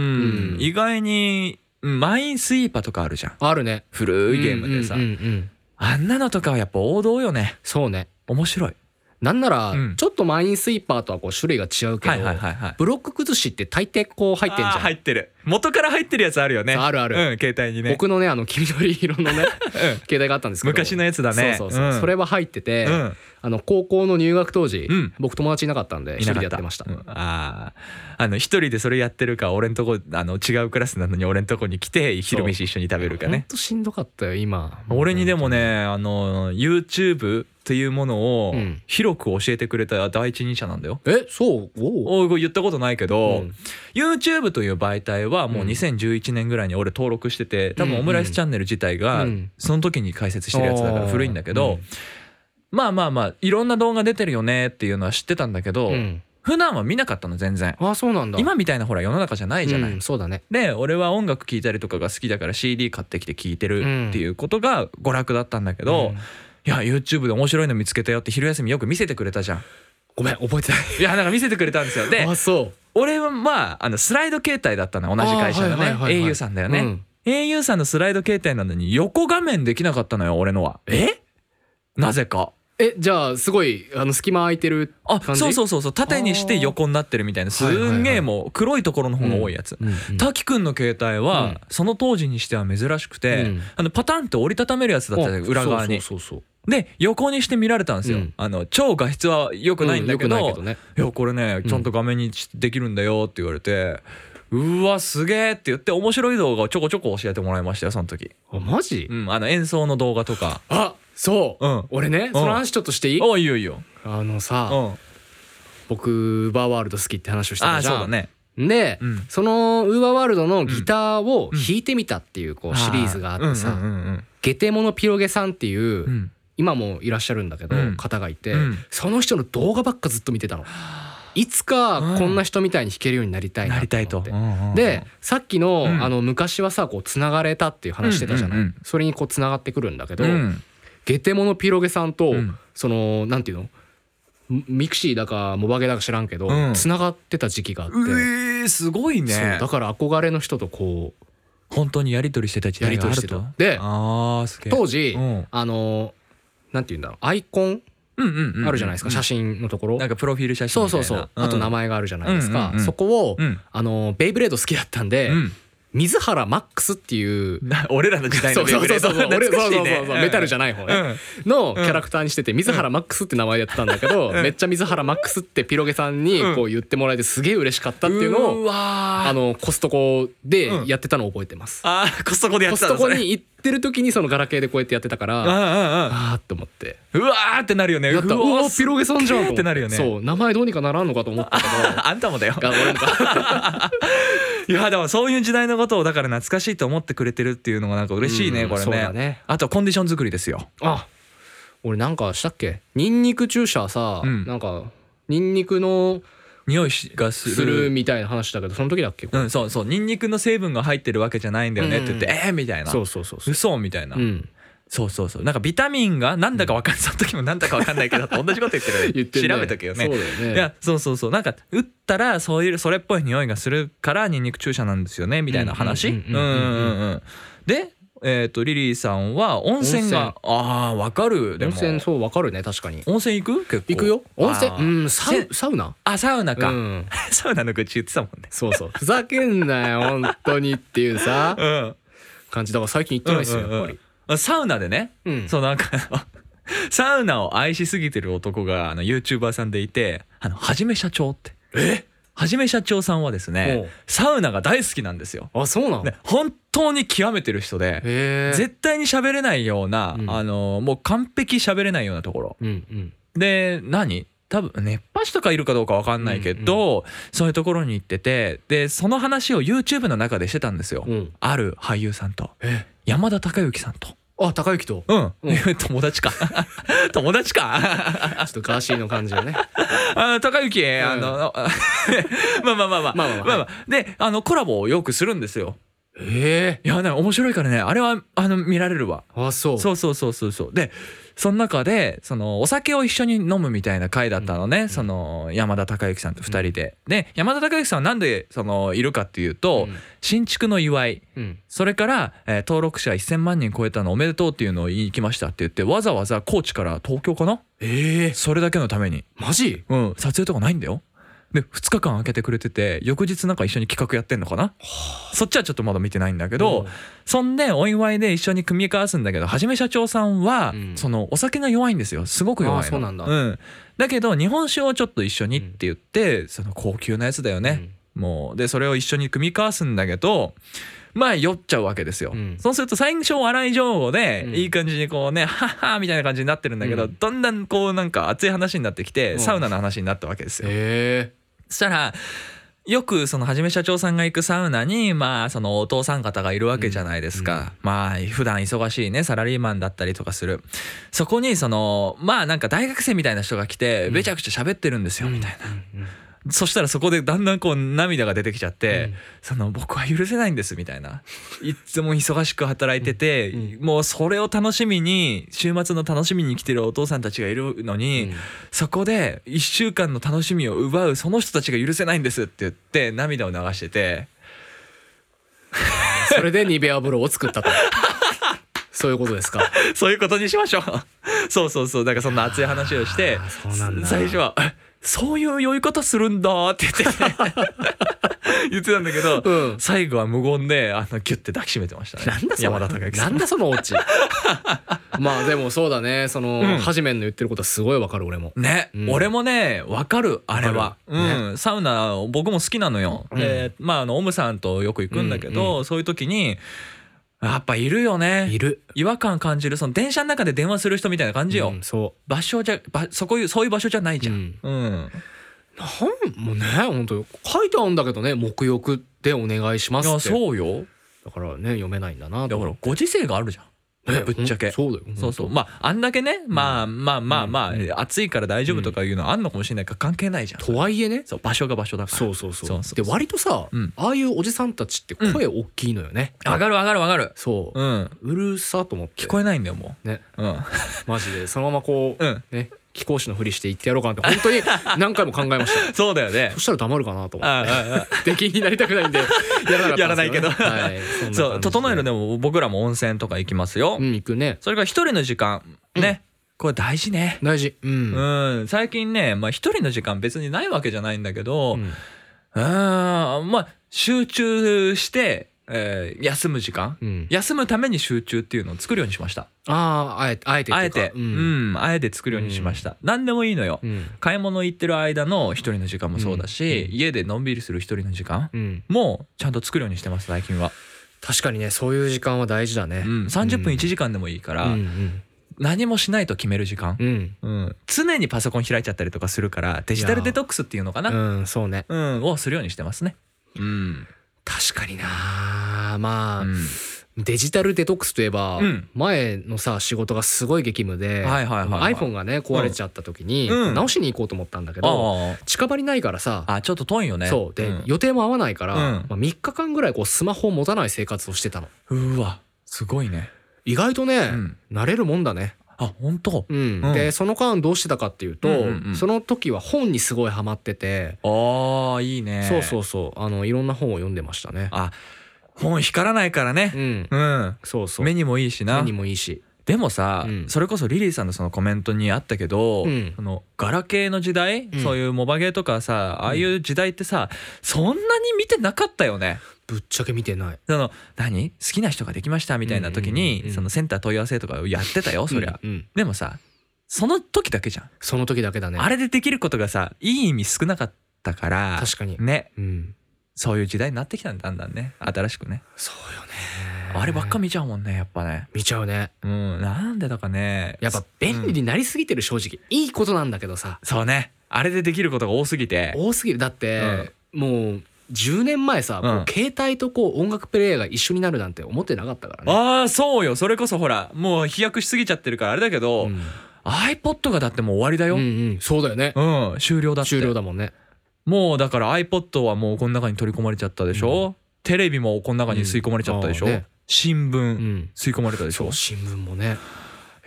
B: ん
A: 意外にマインスイーパーとかあるじゃん
B: あるね
A: 古いゲームでさ、
B: うんうんうん
A: あんなのとかはやっぱ王道よね
B: そうね
A: 面白い
B: なんなら
A: うん
B: ちょっとマインスイーパーとはこう種類が違うけど、
A: はいはいはいはい
B: ブロック崩しって大抵こう入ってんじゃん
A: あー入ってる元から入ってるやつあるよね
B: そうあるある
A: うん、携帯にね
B: 僕のねあの黄緑色 のね携帯があったんですけど
A: 昔のやつだね
B: そうそうそう、
A: うん
B: それは入ってて、
A: うん
B: あの高校の入学当時、
A: うん
B: 僕友達いなかったんで一
A: いな
B: 人
A: か
B: でやってました、
A: うんあーあの一人でそれやってるか俺んとこあの違うクラスなのに俺んとこに来て昼飯一緒に食べるか
B: ほん
A: ね
B: としんどかったよ今
A: 俺にでもねあの YouTube というものを
B: うん
A: 広く教えてくれた第一人者なんだよ。
B: えそうおう
A: お言ったことないけど、
B: うん
A: YouTube という媒体はもう
B: うん
A: 2011年ぐらいに俺登録してて多
B: うん
A: 分
B: う
A: オ
B: ん
A: ムライスチャンネル自体が
B: うん
A: その時に解説してるやつだから
B: あー
A: 古いんだけど、
B: うん
A: まあまあまあいろんな動画出てるよねっていうのは知ってたんだけど、
B: うん
A: 普段は見なかったの全然
B: あそうなんだ
A: 今みたいなほら世の中じゃないじゃない、
B: うんそうだね
A: で俺は音楽聴いたりとかが好きだから CD 買ってきて聴いてるっていうことが娯楽だったんだけど、
B: うん
A: いや YouTube で面白いの見つけたよって昼休みよく見せてくれたじゃん
B: ごめん覚えてない
A: いやなんか見せてくれたんですよで
B: あそう
A: 俺はまああのスライド携帯だったの同じ会社の
B: あー
A: ね
B: はいはいはいはい
A: au さんだよね、au さんのスライド携帯なのに横画面できなかったのよ俺のは
B: え
A: なぜか
B: えじゃあすごいあの隙間空いてる
A: あ
B: 感じ
A: そうそうそうそう縦にして横になってるみたいなすんげえもう黒いところの方が多いやつ、
B: うんうん
A: 滝くんの携帯
B: う
A: は
B: ん
A: その当時にしては珍しくて、
B: うん
A: あのパタンって折りたためるやつだったじゃん
B: あ
A: 裏側に
B: そうそうそう
A: で横にして見られたんですよ、
B: うん
A: あの超画質は良
B: そ
A: く
B: う
A: ないんだけど,、
B: う
A: い
B: よくないけどね
A: やこれねちゃんと画面にしできるんだよって言われて、うわすげえって言って面白い動画をちょこちょこ教えてもらいましたよその時、
B: あマジ
A: うん、あの演奏の動画とか
B: あそう
A: うん
B: 俺ねその話ちょっとしていい
A: あいいよいいよ、
B: あの
A: うん、
B: さ
A: あ
B: 僕バーワールド好きって話をして
A: あ
B: た
A: ー
B: じ
A: そう
B: ゃ
A: だ
B: ん
A: ね
B: で、
A: うん
B: そのウーバーワールドのギターを弾いてみたっていうこうシリーズがあって
A: うん
B: さ
A: うんうん
B: ゲテモノピロゲさんっていう、
A: うんうん
B: 今もいらっしゃるんだけど、
A: うん
B: 方がいて、
A: うん
B: その人の動画ばっかずっと見てたの。いつかこんな人みたいに弾けるようになりたい
A: な
B: な
A: り
B: と
A: た
B: 思
A: いと
B: って。
A: うんうん
B: でさっきの,、
A: うん
B: あの昔はさこうつながれたっていう話してたじゃない、
A: うんうんうん
B: それにこうつながってくるんだけど、
A: うん
B: ゲテモノピロゲさんと、
A: うん
B: そのなんていうのミミクシーだかモバゲだか知らんけど、
A: うん
B: 繋がってた時期があって、
A: うえー、すごい
B: そう
A: ね
B: だから憧れの人とこう
A: 本当にやり取りしてた時
B: や
A: 代
B: り
A: が
B: 取
A: あ
B: り
A: る
B: して
A: と
B: たで
A: あーすげえ
B: 当時、
A: うん
B: あのなんて言うんだろうアイコン
A: うんうんうん
B: あるじゃないですか、写真のところ
A: なんかプロフィール写真
B: そ
A: み
B: う
A: たい
B: そう
A: な
B: そう、あと名前があるじゃないです
A: うん
B: か、
A: うんうん
B: そこを、
A: うん
B: あのベイブレード好きだったんで、
A: うん
B: 水原マックスっていう
A: な俺らの時代
B: そ
A: の
B: うそうそうそう
A: レベル
B: 俺
A: で
B: そうそうそう
A: 懐かしいね
B: メタルじゃ
A: ない
B: ない方
A: うん
B: ね、のキャラクターにしてて水原マックスって名前でやってたんだけど、めっちゃ水原マックスってピロゲさんにこう言ってもらえてすげえ嬉しかったっていうのを
A: うわー
B: あのコストコでやってたのを覚えてます、
A: あーコストコでや
B: コ
A: ってた
B: ス
A: の
B: トコ
A: それ
B: に行ってる時にそのガラケーでこうやってやってたから
A: あ
B: あ
A: ああ
B: あーって思って
A: うわーってなるよね
B: やったう
A: うわ
B: わピロゲさんじゃんと思
A: ってなるよね
B: そう名前どうにかならんのかと思ったけど
A: あんたもだよ
B: が俺も
A: いやでもそういう時代のことをだから懐かしいと思ってくれてるっていうのがなんか嬉しいね、
B: うん
A: これ
B: そう
A: ね
B: だね
A: あとはコンディション作りですよ
B: あ俺なんかしたっけニンニク注射さ、
A: うん
B: なんかニンニクの
A: 匂いがする
B: するみたいな話だけどその時だっけ、
A: うんそうそうニンニクの成分が入ってるわけじゃないんだよねって言って、
B: うん
A: えー、みたいな
B: そうそうそうそう、
A: 嘘みたいな、
B: うん、
A: そうそうそうなんかビタミンがなんだかわかんない、その時もなんだかわかんないけど同じこと言ってる
B: 言ってるね
A: 調べとけよね
B: そうだよね
A: いやそうそうそうなんか打ったらそういうそれっぽい匂いがするからニンニク注射なんですよねみたいな話う
B: うんん
A: う
B: うんん
A: う
B: うんん
A: う
B: うん
A: んでえっ、とリリーさんは温泉がああわかるで
B: 温
A: も
B: 泉そうわかるね確かに
A: 温泉行く結構
B: 行くよ温泉
A: あー
B: うんサウサウナ
A: あサウナか、
B: うん
A: サウナの口言ってたもんね
B: そうそうふざけんなよ本当にっていうさ
A: うん
B: 感じだから最近行ってないっすよやっぱり
A: りサウナでね、
B: うん
A: そうなんか あのサウナを愛しすぎてる男があの YouTuber さんでいてあのはじめ社長ってはじめ社長さんはです
B: お
A: ね
B: う
A: サウナが大好きなんですよ、
B: あそうなの
A: ね、本当に極めてる人で
B: へえ
A: 絶対に喋れないような、
B: うん
A: あのもう完璧喋れないようなところ
B: うんうん
A: で何多分熱波師とかいるかどうか分かんないけど、そういうところに行っててでその話を YouTube の中でしてたんですよ、
B: うん
A: ある俳優さんと
B: え
A: 山田孝之さんと
B: あ高 之とちょ
A: うん、
B: うん
A: 友達か 友達か
B: っとガーシーの感 じだね
A: あ高之あ の、まあまあまあまあ
B: まあまあまあ
A: であのコラボをよくするんですよ
B: え
A: い
B: え
A: やね面白いからねあれはあの見られるわ
B: あそう
A: そうそうそうそうそうでその中でそのお酒を一緒に飲むみたいな回だったのね、その山田孝之さんと2人で、で山田孝之さんはなんでそのいるかっていうと、
B: うん
A: 新築の祝い
B: うん
A: それから、えー登録者1,000万人超えたのおめでとうっていうのを言いに来ましたって言ってわざわざ高知から東京かな
B: ええ
A: それだけのために、
B: マジ
A: うん、撮影とかないんだよで2日間空けてくれてて翌日なんか一緒に企画やってんのかなそっちはちょっとまだ見てないんだけど、
B: うん
A: そんでお祝いで一緒に組み交わすんだけどはじめ社長さんは、
B: うん
A: そのお酒が弱いんですよすごく弱いの
B: あーそうなんだ
A: んだけど日本酒をちょっと一緒にって言って、その高級なやつだよね、もうでそれを一緒に組み交わすんだけどまあ酔っちゃうわけですよ、
B: うん
A: そうすると最初笑い上手で、
B: うん
A: いい感じにこうねハッハーみたいな感じになってるんだけど、
B: うん
A: どんだんこうなんか熱い話になってきて、
B: うん
A: サウナの話になったわけですよ、
B: え
A: そしたらよくそのはじめ社長さんが行くサウナにまあそのお父さん方がいるわけじゃないですか、まあ普段忙しいねサラリーマンだったりとかするそこにそのまあなんか大学生みたいな人が来てべちゃくちゃ喋ってるんですよ、みたいな。そしたらそこでだんだんこう涙が出てきちゃって、
B: うん
A: その僕は許せないんですみたいないつも忙しく働いてて、
B: う
A: もうそれを楽しみに週末の楽しみに来てるお父さんたちがいるのに、
B: うん
A: そこで1週間の楽しみを奪うその人たちが許せないんですって言って涙を流してて
B: それでニベアブローを作 ったとそういうことですか
A: そういうことにしましょう そうそうそうだからそんな熱い話をして
B: あーそうなんだ
A: 最初はえ「そういう酔い方するんだ」って言って 言ってたんだけど、
B: うん
A: 最後は無言であのギュッて抱きしめてましたね
B: なんだそれ
A: 山田孝之さん
B: なんだそのオチ まあでもそうだねその、
A: うん
B: はじめんの言ってることはすごいわかる俺も
A: ね、
B: うん
A: 俺もねわかるあれは
B: わ、かる
A: うんサウナ僕も好きなのよ、
B: うん
A: でまああのオムさんとよく行くんだけど、
B: うん
A: そういう時にやっぱいるよね
B: いる
A: 違和感感じるその電車の中で電話する人みたいな感じよ、
B: うんそ
A: 場所じゃばそこいうそういう場所じゃないじゃん、うん
B: うなんもね本当書いてあるんだけどね「沐浴でお願いしま
A: い
B: す」
A: や
B: って
A: そうよ
B: だからね読めないんだな
A: だ
B: と
A: からご時世があるじゃん
B: ね
A: ぶっちゃけ
B: ほんそうだよほんと
A: そうそうまああんだけねまあまあまあまあ暑いから大丈夫とかいうのはあんのかもしれないから関係ないじゃん
B: とはいえね
A: そう場所が場所だから
B: そうそうそう
A: そうそうそう
B: で割とさ、
A: うん
B: ああいうおじさんたちって声大きいのよね、
A: 上がる上がる上がる
B: そう、
A: うん
B: うるさと思って
A: 聞こえないんだよも
B: ね
A: ううん
B: マジでそのままこう、
A: うん
B: ね貴公子のふりして言ってやろうかなって本当に何回も考えまし た
A: そうだよね
B: そしたら黙るかなと思って
A: ああああ
B: 出禁になりたくないん でやらなかったんですね
A: やらないけど
B: はい、んな感じで
A: そう整えるでも僕らも温泉とか行きますよ、
B: うん行くね
A: それから一人の時間ね、これ大事ね
B: 大事うん、
A: うん最近ねまあ一人の時間別にないわけじゃないんだけど、
B: うん
A: うーんまあ集中して、えー休む時間、
B: うん
A: 休むために集中っていうのを作るようにしました
B: あああえてあえて
A: あ
B: っ
A: え
B: ていう
A: て
B: か
A: う、
B: うんん、
A: あえて作るようにしました、何でもいいのよ、
B: うん
A: 買い物行ってる間の一人の時間もそうだし、
B: うん
A: 家でのんびりする一人の時間
B: うん
A: もちゃんと作るようにしてます最近は、
B: 確かにねそういう時間は大事だね、
A: うん、30分1時間でもいいから、
B: うん
A: 何もしないと決める時間
B: う、ん
A: うん、常にパソコン開いちゃったりとかするからデジタルデトックスっていうのか
B: う
A: な、
B: ん、うん、そうね
A: うん、をするようにしてますねうん、
B: 確かになまあ、
A: うん
B: デジタルデトックスといえば、
A: うん
B: 前のさ仕事がすごい激務で、
A: はいはいはいはい
B: iPhone がね壊れちゃった時に、
A: うん
B: 直しに行こうと思ったんだけど、
A: あ
B: 近場にないからさ
A: ああちょっと遠いよね
B: そうで、
A: ん
B: 予定も合わないから、
A: うん
B: まあ、3日間ぐらいこうスマホを持たない生活をしてたの
A: うわすごいね
B: 意外とね、
A: ん
B: 慣れるもんだね、
A: あ本当
B: うん
A: うん
B: でその間どうしてたかっていうと、
A: うんうんうん
B: その時は本にすごいハマってて、
A: ああいいね
B: そうそうそうあのいろんな本を読んでましたね
A: あ本光らないから
B: う
A: ね
B: ん
A: うん
B: そうそう
A: 目にもいいし
B: 目
A: な
B: にもいいし
A: でもさ、
B: うん
A: それこそリリーさんのそのコメントにあったけど、
B: うん
A: そのガラケーの時代、
B: ん
A: そういうモバゲーとかさああいう時代ってさ、そんなに見てなかったよね。
B: ぶっちゃけ見てない
A: その何好きな人ができましたみたいな時に、
B: うんうんうんうん
A: そのセンター問い合わせとかをやってたよそりゃ、
B: うんうん
A: でもさその時だけじゃん、
B: その時だけだね
A: あれでできることがさいい意味少なかったから
B: 確かに、
A: ね
B: うん
A: そういう時代になってきたんだんだんね新しくね
B: そうよね
A: あればっか見ちゃうもんねやっぱね
B: 見ちゃうね
A: うんなんでだかね
B: やっぱ便利になりすぎてる正直、いいことなんだけどさ
A: そうねあれでできることが多すぎて
B: 多すぎるだって、もう10年前さ、こう
A: うん
B: 携帯とこう音楽プレイヤーが一緒になるなんて思ってなかったからね
A: ああそうよそれこそほらもう飛躍しすぎちゃってるからあれだけど、
B: うん
A: iPod がだってもう終わりだよ、
B: う
A: うんん
B: うんそうだよね
A: 終了だって
B: 終了だもんね
A: もうだから iPod はもうこの中に取り込まれちゃったでしょ、テレビもこの中に吸い込まれちゃったでしょ、
B: うんああね
A: 新聞、
B: ん
A: 吸い込まれたでし
B: そ
A: ょ
B: う新聞もね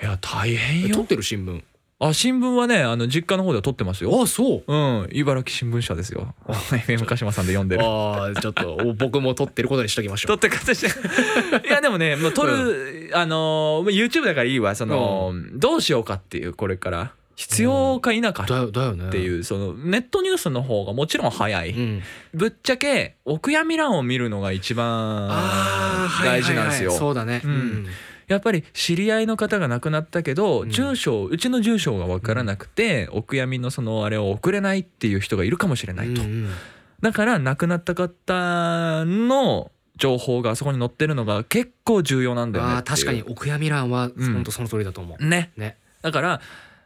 A: いや大変
B: え撮っ
A: よ
B: てる新聞
A: あ新聞はねあの実家の方では撮ってますよ
B: あそう
A: うん茨城新聞社ですよ FM 鹿島さんで読んでる
B: ああちょっとお僕も撮ってることにしときましょ
A: 撮
B: う
A: って方して いやでもねもう撮る、あのー YouTube だからいいわその、どうしようかっていうこれから必要か否か
B: だ
A: っ
B: よだよね
A: ていう、そのネットニュースの方がもちろん早い、
B: うん
A: ぶっちゃけお悔やみ欄を見るのが一番
B: ーはいはいはい
A: 大事なんですよ、
B: そうだね
A: うんやっぱり知り合いの方が亡くなったけど、
B: ん
A: 住所うちの住所が分からなくて、お悔やみのそのあれを送れないっていう人がいるかもしれないと、
B: うんうん
A: だから亡くなった方の情報があそこに載ってるのが結構重要なんだよね
B: あー
A: っていう
B: 確かにお悔やみ欄は
A: うん
B: 本当その通りだと思う、
A: ね
B: ね
A: だから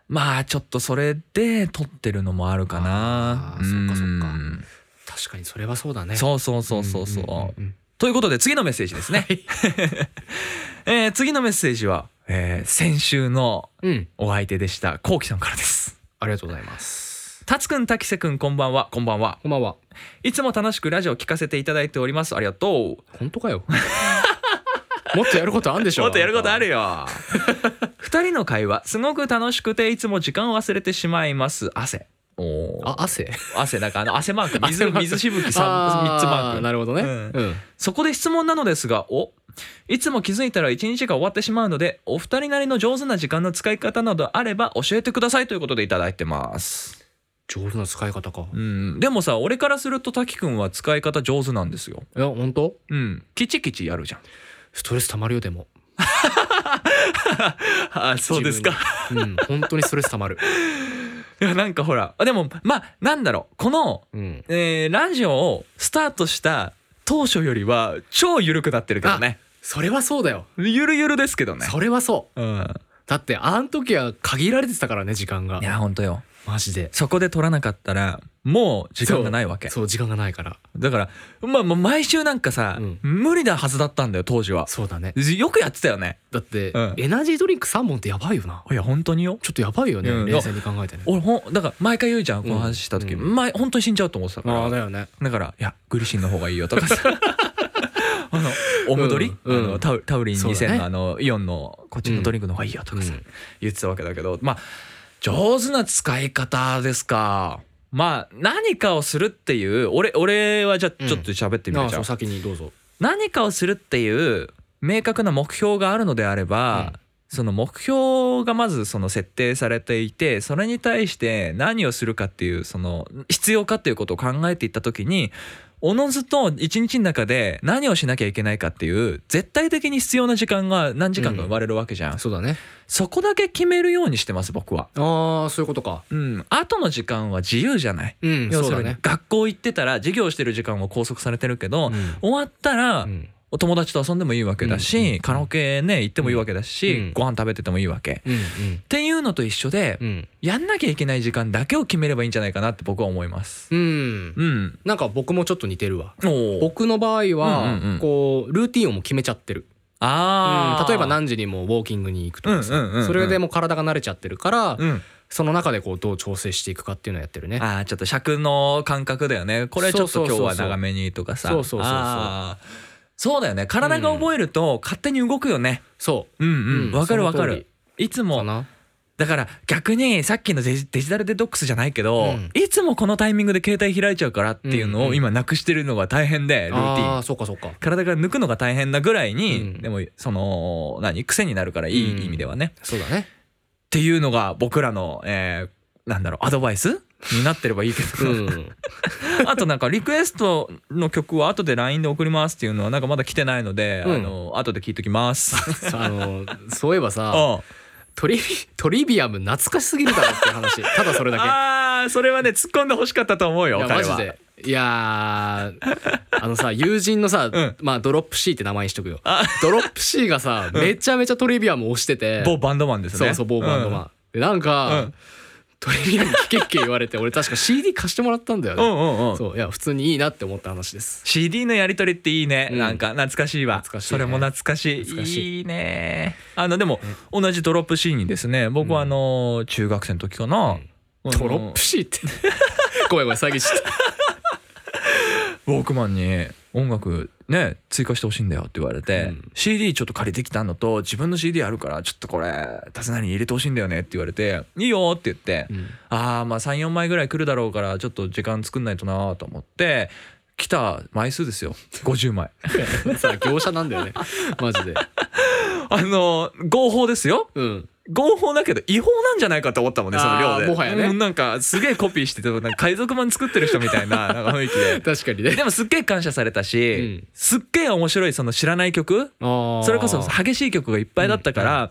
A: まあちょっとそれで撮ってるのもあるかな
B: あーそっかそっか
A: うん
B: 確かにそれはそうだね
A: そうそうそうそうそう,、
B: んん
A: ということで次のメッセージですね、 えー次のメッセージは、えー先週の
B: うんうん
A: お相手でしたこうきさんからです
B: ありがとうございます
A: たつくんたきせくんこんばんはこんばんは
B: こんばんはい
A: つも楽しくラジオ聞かせていただいておりますありがとう
B: 本当か よもっとやることあるんでしょ
A: もっとやることある よ二人の会話すごく楽しくていつも時間を忘れてしまいます汗おー
B: あ汗
A: 汗なんかあの汗マーク
B: 汗
A: 水
B: マーク
A: 水しぶき
B: あ
A: 三三つマーク
B: なるほどね
A: う
B: うんん、
A: そこで質問なのですがおいつも気づいたら一日が終わってしまうのでお二人なりの上手な時間の使い方などあれば教えてくださいということでいただいてます
B: 上手な使い方か、い
A: うんでもさ俺からすると滝くんは使い方上手なんですよ
B: や本当
A: うんキチキチやるじゃん
B: ストレス溜まるよでも
A: あそ
B: 自分にうん本当にストレス溜まる、
A: いやなんかほらあで もまあなんだろうこの
B: うん、
A: えーラジオをスタートした当初よりは超緩くなってるけどね
B: それはそうだよ
A: ゆるゆるですけどね
B: それはそう
A: うん
B: だってあの時は限られてたからね時間が
A: いやほんとよ
B: マジで
A: そこで撮らなかったらもう時間がないわけ
B: そう時間がないから
A: だから、まあ、まあ毎週なんかさ、
B: うん
A: 無理なはずだったんだよ当時は
B: そうだね
A: よくやってたよね
B: だって、
A: うん
B: エナジードリンク3本ってやばいよない
A: や本当によ
B: ちょっとやばいよね、
A: うん
B: 冷静に考えてね
A: 俺ほんだから毎回言うじゃんこの話した時、
B: うん
A: 前本当に死んじゃうと思ってたか
B: あ
A: ら
B: あだ
A: だ
B: よね
A: からいやグリシンの方がいいよと かさあのオムドリ、
B: うんう
A: あ
B: ん
A: のタウタウリン
B: そうだ
A: 2000の、
B: ね
A: あのイオンのこっちのドリンクの方がいいよとかさ、
B: うん
A: 言ってたわけだけどまあ上手な使い方ですかまあ何かをするっていう俺俺はじゃあ
B: うん
A: ちょっと喋ってみ
B: あ
A: る
B: あ
A: じ
B: そ
A: ゃん、
B: う先にどうぞ
A: 何かをするっていう明確な目標があるのであれば、その目標がまずその設定されていてそれに対して何をするかっていうその必要かっていうことを考えていった時におのずと一日の中で何をしなきゃいけないかっていう絶対的に必要な時間が何時間か生まれるわけじゃん、
B: そうだね
A: そこだけ決めるようにしてます僕は。
B: ああそういうことか
A: うん、後の時間は自由じゃない。
B: うん
A: 要
B: そ
A: す
B: うだ
A: るに
B: ね
A: 学校行ってたら授業してる時間は拘束されてるけど、終わったら
B: うん
A: お友達と遊んでもいいわけだし、
B: うん
A: カラオケね行ってもいいわけだし、
B: うん
A: ご飯食べててもいいわけ、っ
B: うん
A: ていうのと一緒で、
B: うん
A: やんなきゃいけない時間だけを決めればいいんじゃないかなって僕は思います
B: うんうん
A: うん
B: なんか僕もちょっと似てるわ
A: おー
B: 僕の場合
A: うんうんう
B: は
A: ん
B: こうルーティンをもう決めちゃってる
A: あ
B: う
A: ー
B: ん例えば何時にもうウォーキングに行くとか
A: うんうんうんうん
B: さそれでもう体が慣れちゃってるから
A: うん
B: その中でこうどう調整していくかっていうのをやってるね
A: あーちょっと尺の感覚だよねこれちょっと
B: そうそ
A: 今
B: うそうそう
A: 日は長めにとかさ
B: そうそうそうそう
A: あーそうだよね体が覚えると勝手に動くよね
B: そ
A: うんうん
B: うん
A: わ、かるわか
B: その通
A: るいつ
B: う
A: も
B: かな
A: だから逆にさっきのデジデジタルデトックスじゃないけど、
B: うん
A: いつもこのタイミングで携帯開いちゃうからっていう
B: うん
A: の
B: う
A: を
B: ん
A: 今なくしてるのが大変でルーティ
B: あ
A: ン
B: あそうかそうか
A: 体から抜くのが大変なぐらいに、
B: うん
A: でもその何癖になるからい
B: うん
A: い意味ではね、っ
B: そうだね
A: ていうのが僕らの、えーなんだろうアドバイスになってればいいけ
B: う
A: ど、
B: ん
A: あとなんかリクエストの曲は後で LINE で送りますっていうのはなんかまだ来てないので、
B: うん
A: あの後で聞いとき ます。
B: あのそういえばさ
A: あ
B: トリビ トリビアム懐かしすぎるだろっていう話ただそれだけ
A: あーそれはね突っ込んでほしかったと思うよ
B: いやマ
A: 彼は
B: ジでいやーあのさ友人のさ、
A: うん
B: まあドロップ C って名前にしとくよドロップ C がさめちゃめちゃトリビアム押してて
A: 某バンドマンですね
B: そうそう某バンドマン、でなんか、
A: うん
B: トリビアム聞けっけ言われて俺確か CD 貸してもらったんだよ
A: う
B: ね、
A: んうんうん
B: そういや普通にいいなって思った話です、
A: CD のやり取りっていいね、
B: うん
A: なんか懐かしいわ
B: 懐かしい
A: そ
B: ね
A: れも懐かしい
B: 懐かし
A: いいねあのでも同じドロップシーンにですね僕はあのー中学生の時かな、あの
B: ドロップ C って ごめんごめん詐欺し
A: ウォークマンに音楽ね追加してほしいんだよって言われて、
B: うん
A: CD ちょっと借りてきたのと自分の CD あるからちょっとこれ手綱に入れてほしいんだよねって言われていいよって言って、
B: ん
A: ああまあ34枚ぐらい来るだろうからちょっと時間作んないとなーと思って来た枚数ですよ50枚
B: て さ業者なんだよねマジで
A: あのー合法ですよ
B: うん
A: 合法だけど違法なんじゃないかと思ったもんねその量で
B: あーもはやね
A: うんなんかすげえコピーしててなんか海賊版作ってる人みたい ななんか雰囲気で
B: 確かに
A: で
B: ね
A: もすっげえ感謝されたし、
B: うん
A: すっげえ面白いその知らない曲
B: あ
A: それこそ
B: は
A: 激しい曲がいっぱいだったから、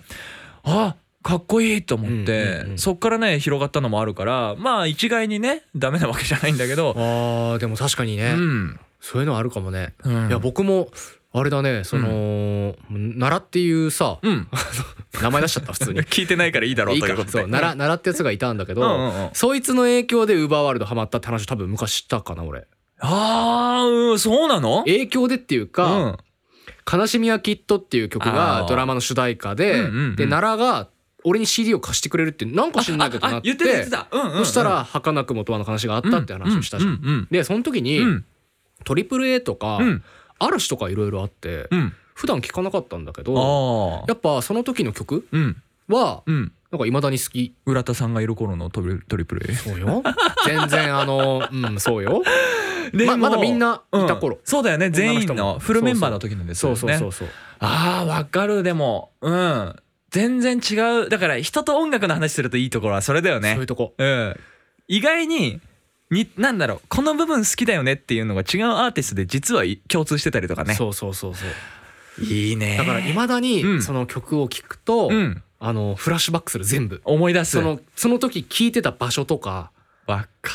A: あかっこいいと思って、
B: うんうんうん
A: そっからね広がったのもあるからまあ一概にねダメなわけじゃないんだけ
B: あ
A: ど
B: ーでも確かに
A: う
B: ね、
A: ん、
B: そういうのあるかもね、
A: うん
B: いや僕もあれだねその、奈良っていうさ、
A: うん、
B: 名前出しちゃった普通に
A: 聞いてないからいいだろう
B: いい
A: というこ
B: か
A: と
B: そう
A: で
B: 奈良奈良ってやつがいたんだけど、
A: うんうんうん
B: そいつの影響でウーバーワールドハマったって話多分昔したかな俺
A: あーうんそうなの
B: 影響でっていう
A: うん、
B: か、悲しみはきっと」っていう曲
A: あ
B: が
A: ー
B: ドラマの主題歌で、
A: うんうんうん
B: で奈良が俺に CD を貸してくれるってなんか知んないけどな
A: あ
B: っ
A: 言
B: て
A: ってた言ってた、うんうんうん、
B: そしたら儚くもとわの話があったって話をしたじゃ
A: う
B: ん。
A: んうん
B: でその時に、
A: うんうん
B: トリプル a とか、
A: うん
B: 嵐とかいろいろあって、
A: うん
B: 普段聴かなかったんだけど
A: ああ
B: やっぱその時の曲
A: うん
B: は
A: うん
B: なんかいまだに好き。
A: 浦田さんがいる頃のトリトリプル A
B: そ うよ全然あのうんそうよ。
A: でも
B: ままだみんないた頃
A: うんそうだよね全員
B: 女の人
A: の
B: も
A: フルメンバーの時なんですよ
B: そう
A: ね
B: そうそうそう。
A: あーわかるでもうん全然違うだから人と音楽の話するといいところはそれだよ
B: そうい
A: ね
B: うとこ。
A: うん意外にになんだろうこの部分好きだよねっていうのが違うアーティストで実はい共通してたりとかね
B: そうそうそうそう。
A: いいね
B: だからいまだ
A: うん
B: にその曲を聴くと、
A: うん
B: あのフラッシュバックする全部
A: 思い出す
B: そのその時聴いてた場所とか
A: わか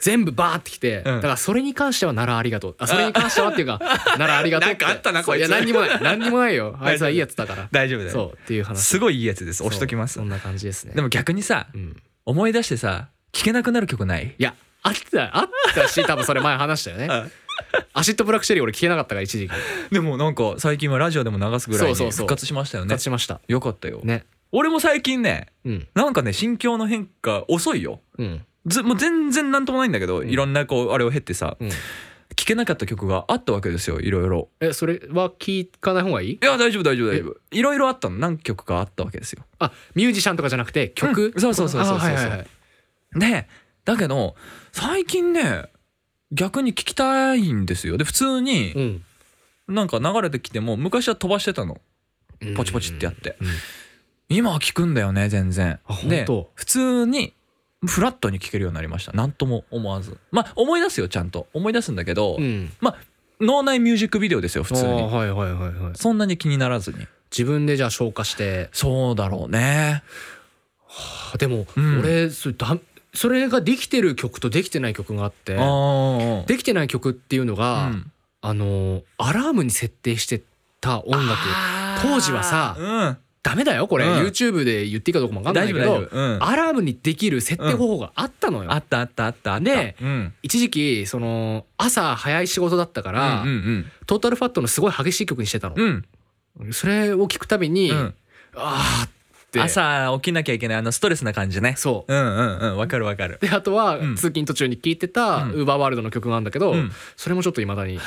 B: 全部バーってきて、だからそれに関してはならありがとうあそれに関してはってい うかならありがとうて
A: なんかあったなこ
B: そう
A: いつ
B: いや何にもない何にもな いよあいつはいいやつだから
A: 大丈夫だよ
B: そうっていう話
A: すごいいいやつです押しときます
B: そうそんな感じですね
A: でも逆にさ
B: うん、
A: 思い出してさ聴けなくなる曲ない
B: いやあったあったし多分それ前話した よね
A: うん
B: アシッドブラックシェリー俺聴けなかったから一時期復
A: でもなんか最近はラジオでも流すぐらいに
B: そうそうそ
A: 復
B: う
A: 活しましたよね
B: 活しました
A: よかったよ
B: ね
A: 俺も最近ね
B: うん
A: なんかね心境の変化遅いよ
B: うん
A: ずもう全然なんともないんだけど、
B: ん
A: いろんなこうあれを経ってさ
B: うん
A: 聴、けなかった曲があったわけですよいろいろ
B: えそれは聞かない方がいい
A: いや大丈夫大丈夫大丈夫いろいろあったの何曲かあったわけですよ
B: あミュージシャンとかじゃなくて曲、
A: うんそうそうそうそうそう
B: あはいはいはい
A: でだけど最近ね逆に聞きたいんですよで普通に
B: うん
A: なんか流れてきても昔は飛ばしてたのポチポチってやって、
B: うん
A: 今は聞くんだよね全然
B: あ本
A: で
B: 当
A: 普通にフラットに聞けるようになりました何とも思わずまあ思い出すよちゃんと思い出すんだけど、
B: うん
A: まあ脳内ミュージックビデオですよ普通
B: あー
A: に
B: はいはいはいはい
A: そんなに気にならずに
B: 自分でじゃあ消化して
A: そうだろうね
B: あでも
A: うん
B: 俺それだそれができてる曲とできてない曲があって
A: あ
B: できてない曲っていうのが、あのアラームに設定してた音楽当時はさ
A: うん、
B: ダメだよこれ、
A: うん
B: YouTube で言っていいかどうかもわかんな
A: 大
B: い
A: 丈
B: け
A: 夫
B: ど
A: 大丈夫、うん、
B: アラームにできる設定方法があったのよ、
A: あったあったあったあった
B: で
A: うん
B: 一時期その朝早い仕事だったから、
A: うんうん
B: トータルファットのすごい激しい曲にしてたの
A: う、んうん
B: それを聞くたびに、
A: うん
B: あーって
A: 朝起きなきゃいけないあのストレスな感じね
B: そう
A: うんうんうんわかるわかる
B: であとは
A: うん
B: 通勤途中に聴いてた
A: うん
B: ウーバーワールドの曲があるんだけど、
A: うん
B: それもちょっといまだに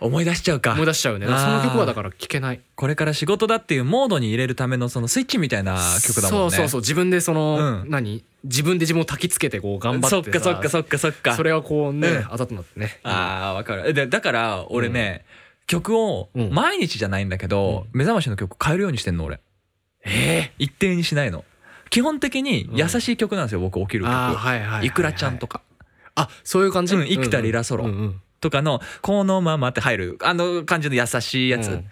A: 思い出しちゃうか
B: 思い出しちゃうね
A: あー
B: その曲はだから聴けない
A: これから仕事だっていうモードに入れるためのそのスイッチみたいな曲だもんね
B: そうそうそうう自分でその、
A: うん
B: 何自分で自分を焚きつけてこう頑張
A: そ
B: っ
A: ってか
B: さ
A: そっかそっかそっか
B: それはこうね、
A: うん
B: あざとなってね
A: あーわかるでだから俺ね、曲を
B: うん
A: 毎日じゃないんだけど、目覚ましの曲変えるようにしてんの俺
B: え
A: 一定にしないの基本的に優しい曲なんですよ、僕起きる
B: ー、
A: 曲
B: あーはいはいはいはい
A: いくらちゃんとか
B: あそういう感じ、
A: うん幾田りらそろ
B: うんうん
A: とかの「このまま」って入るあの感じの優しいやつ、
B: うん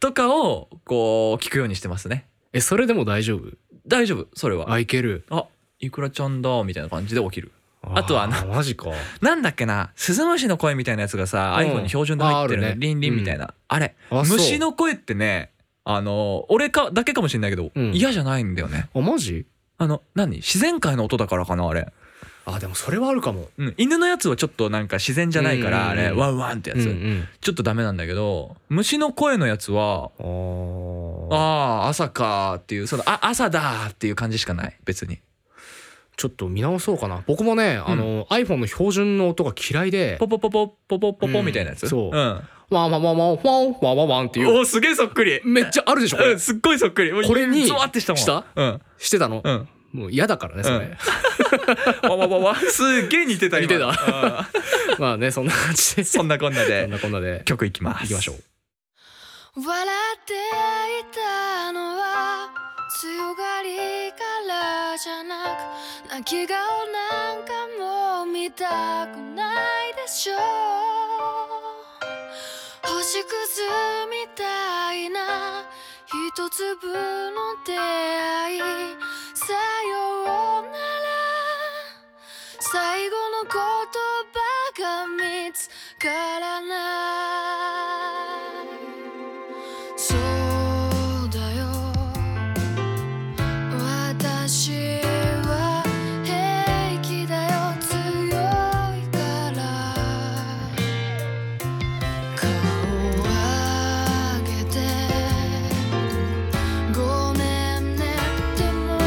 A: とかをこう聞くようにしてますね
B: えそれでも大丈夫
A: 大丈夫それは
B: あいける
A: あいくらちゃんだみたいな感じで起きるあとはな
B: ーマジか
A: なんだっけな鈴虫の声みたいなやつがさ、
B: うん
A: iPhone に標準で入ってる
B: あ
A: ね
B: あるね
A: リンリンみたいな、あれ
B: あそう
A: 虫の声ってねあの俺かだけかもしれないけど、
B: うん
A: 嫌じゃないんだよね
B: あマジ
A: あの何自然界の音だからかなあれ、
B: あでもそれはあるかも
A: うん、犬のやつはちょっとなんか自然じゃないから、
B: うんうんうん
A: あれワンワンってやつ、ちょっとダメなんだけど虫の声のやつは
B: うんあー
A: ああ朝かっていうそのあ朝だーっていう感じしかない別に
B: ちょっと見直そうかな僕もね、あの iPhone の標準の音が嫌いで
A: ポポポポポポポポ
B: うん
A: みたいなやつ、、
B: そうんワンワンワンワンワンワンワンワンっていう
A: おーすげえそっくり
B: めっちゃあるでしょこ
A: う
B: れ
A: んすっごいそっくりもう
B: これに
A: ゾワってしたもん
B: した
A: うん
B: してたの
A: う、ん
B: もう嫌だからねそれ、
A: うんわわわわすっげえ似てた今
B: 似てた
A: うん
B: まあねそんな感じで
A: そんなこんな
B: そん
A: で
B: なこんなで
A: 曲いきます
B: いきましょう
D: 笑っていたのは強がりからじゃなく泣き顔なんかも見たくないでしょう星屑みたいな一粒の出会いさようなら最後の言葉が見つからないそうだよ私は平気だよ強いから顔を上げてごめん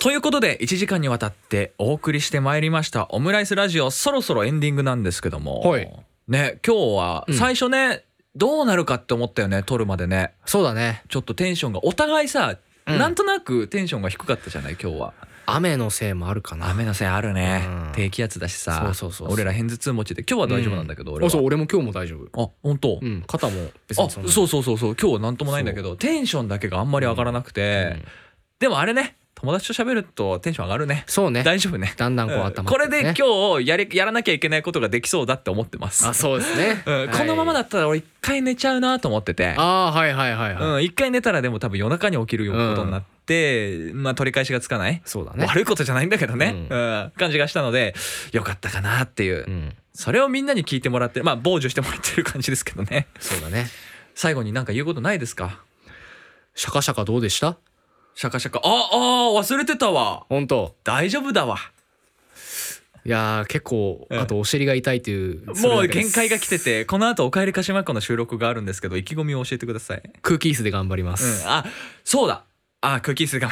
A: ということで1時間にわたってお送りしてまいりました「オムライスラジオ」そろそろエンディングなんですけども、
B: はい
A: ね今日は
B: うん
A: 最初ね、どうなるかって思ったよね撮るまでね
B: そうだね
A: ちょっとテンションがお互いさ、
B: うん
A: なんとなくテンションが低かったじゃない今日は
B: 雨のせいもあるかな
A: 雨のせいあるね、
B: うん
A: 低気圧だしさ
B: そうそうそうそう
A: 俺ら偏頭痛持ちで今日は大丈夫なんだけど、
B: う
A: 俺は
B: あそう俺も今日も大丈夫
A: あ本当、
B: うん肩も別
A: あ
B: にそんな
A: そうそうそうそう今日はなんともないんだけどテンションだけがあんまり上がらなくて、
B: うん
A: でもあれね友達と喋るとテンション上がるね
B: そうね
A: 大丈夫ね
B: だんだんこう頭
A: う
B: が
A: ん
B: ね
A: これで今日やれやらなきゃいけないことができそうだって思ってます
B: あそうですね
A: うんこのままだ
B: はい
A: ったら俺一回寝ちゃうなと思ってて
B: あーはいはいはいはい
A: うん一回寝たらでも多分夜中に起きるようなことになって、まあ取り返しがつかない、
B: そうだね
A: 悪いことじゃないんだけどね、う
B: うん
A: 感じがしたのでよかったかなっていう、
B: うん
A: それをみんなに聞いてもらってまあ傍受してもらってる感じですけどね
B: そうだね
A: 最後になんか言うことないですか
B: シャカシャカどうでした
A: シャカシャカああ忘れてたわ
B: 本当
A: 大丈夫だわ
B: いやー結構
A: ん
B: あとお尻が痛いという
A: もう限界が来
B: て
A: ててこの後おかえりかしまっこの収録があるんですけど意気込みを教えてください
B: 空気椅子で頑張りま
A: うん
B: す、
A: あそうだあ空気椅子が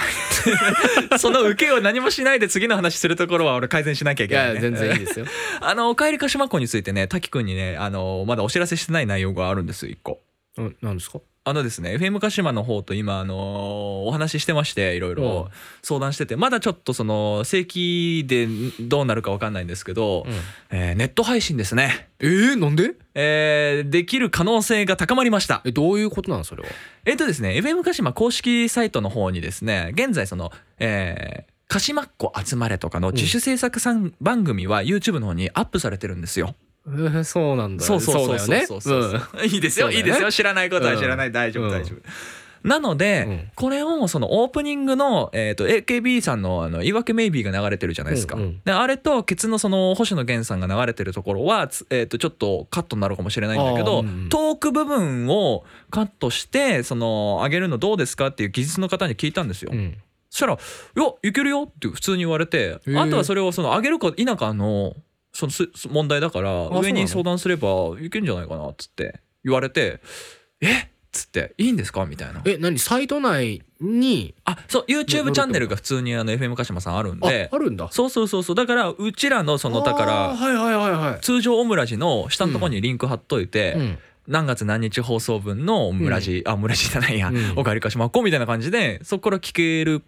A: その受けを何もしないで次の話するところは俺改善しなきゃい
B: い
A: けない、
B: や
A: ね、
B: いや全然いいですよ
A: あの「おかえりかしまっこ」についてね滝くんにねあのまだお知らせしてない内容があるんです一個
B: うんなんですか
A: あのですね FM 鹿島の方と今あのお話ししてましていろいろ
B: うん
A: 相談しててまだちょっとその正規でどうなるかわかんないんですけど、
B: うん
A: えーネット配信ですね、
B: えー、なんで
A: えーできる可能性が高まりました
B: えどういうことなのそれは
A: えっとですね FM 鹿島公式サイトの方にですね現在その、えー鹿島っ子集まれとかの自主制作さん番組は YouTube の方にアップされてるんですよ。
B: えーそうなんだ
A: そうそうそう
B: だよね
A: そうそうそう
B: うん
A: いいですよ、
B: そうだ
A: いい
B: よね
A: ですよ知らないことは知らない、
B: うん
A: 大丈
B: う
A: 夫
B: ん
A: 大丈夫。なので、
B: うん
A: これをそのオープニングの、えー、と AKB さんの「あの言い訳メイビー」が流れてるじゃないですか、
B: うんうん
A: であれとケツのその星野源さんが流れてるところは、つえー、とちょっとカットになるかもしれないんだけど、
B: あーうんうん
A: トーク部分をカットしてその上げるのどうですかっていう技術の方に聞いたんですよ、
B: うん
A: そしたら「いやいけるよ」って普通に言われて
B: へー
A: あとはそれをその上げるか否かのそのすす問題だから
B: そうなの
A: 上に相談すればいけんじゃないかなっつって言われて「えっ?」つって「いいんですか?」みたいな。
B: え何サイト内に
A: あそう YouTube チャンネルが普通にあの FM 鹿島さんあるん
B: あ
A: で
B: あるんだ
A: そうそうそうそうだからうちらのそのだか
B: あー
A: ら
B: はいはいはいはい
A: 通常オムラジの下のところにリンク貼っといて、
B: うん
A: 何月何日放送分のオムラジ、あオムラジじゃないや、
B: うん
A: おかえりかしまっこみたいな感じでそこから聞ける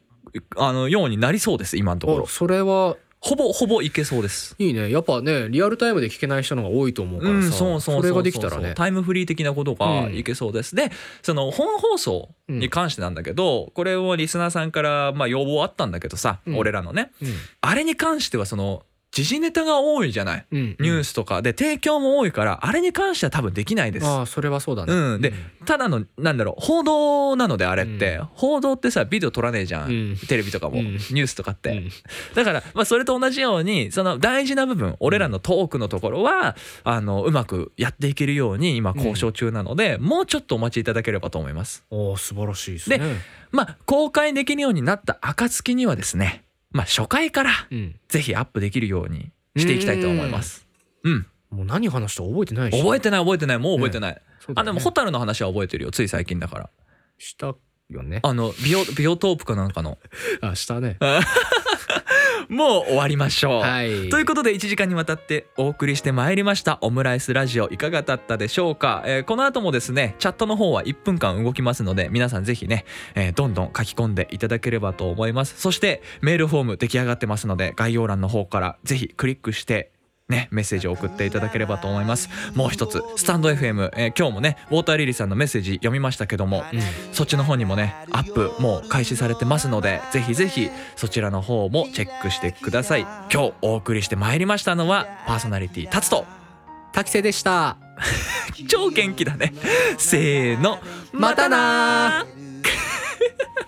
A: あのようになりそうです今のところ
B: あそれは
A: ほぼほぼいけそうです。
B: いいねやっぱねリアルタイムで聞けない人の方が多いと思うか
A: う
B: ら
A: ん、
B: さ、
A: そうそうそうそう
B: れができたらね
A: タイムフリー的なことが
B: うん
A: いけそうです、でその本放送に関してなんだけど、これをリスナーさんからまあ要望あったんだけどさ、
B: うん
A: 俺らのね
B: うん
A: あれに関してはその時事ネタが多いじゃない
B: うん
A: ニュー
B: ス
A: スとかで提供も多いからあれに関しては多分できないです。
B: ああそれはそうだね
A: うん、でただのなんだろう報道なのであれって、
B: うん
A: 報道ってさビデオ撮らねえじゃん、
B: うん
A: テレビとかも、
B: うん
A: ニュースとかって、
B: うん
A: だから、まあ、それと同じようにその大事な部分俺らのトークのところはあのうまくやっていけるように今交渉中なので、もうちょっとお待ちいただければと思います。
B: おー素晴らしいですね
A: でまあ、公開できるようになった暁にはですね、まあ、初回から
B: うん
A: ぜひアップできるようにしていきたいと思います。うん、
B: もう何話したか覚えてないし
A: 覚えてない覚えてないもう覚えてない、
B: そうだ
A: あ
B: よ
A: で
B: ね
A: も蛍の話は覚えてるよつい最近だから
B: したよね
A: あのビオビオトープかなんかの
B: あしたね
A: もう終わりましょう、
B: はい
A: ということで1時間にわたってお送りしてまいりましたオムライスラジオいかがだったでしょうか、えーこの後もですねチャットの方は1分間動きますので皆さんぜひね、えーどんどん書き込んでいただければと思いますそしてメールフォーム出来上がってますので概要欄の方からぜひクリックしてね、メッセージを送っていただければと思いますもう一つスタンド FM、えー今日もねウォーターリリーさんのメッセージ読みましたけども、そっちの方にもねアップもう開始されてますのでぜひぜひそちらの方もチェックしてください今日お送りしてまいりましたのはパーソナリティタツと
B: 滝瀬でした
A: 超元気だねせーの
B: またな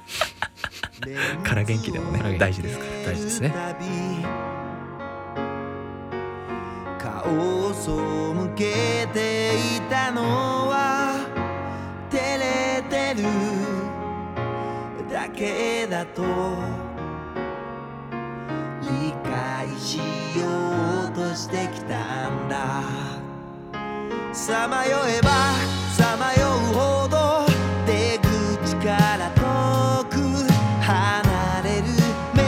A: から元気でもね大事ですから
B: 大事ですね
E: 顔を背けていたのは照れてるだけだと理解しようとしてきたんださまよえばさまようほど出口から遠く離れる目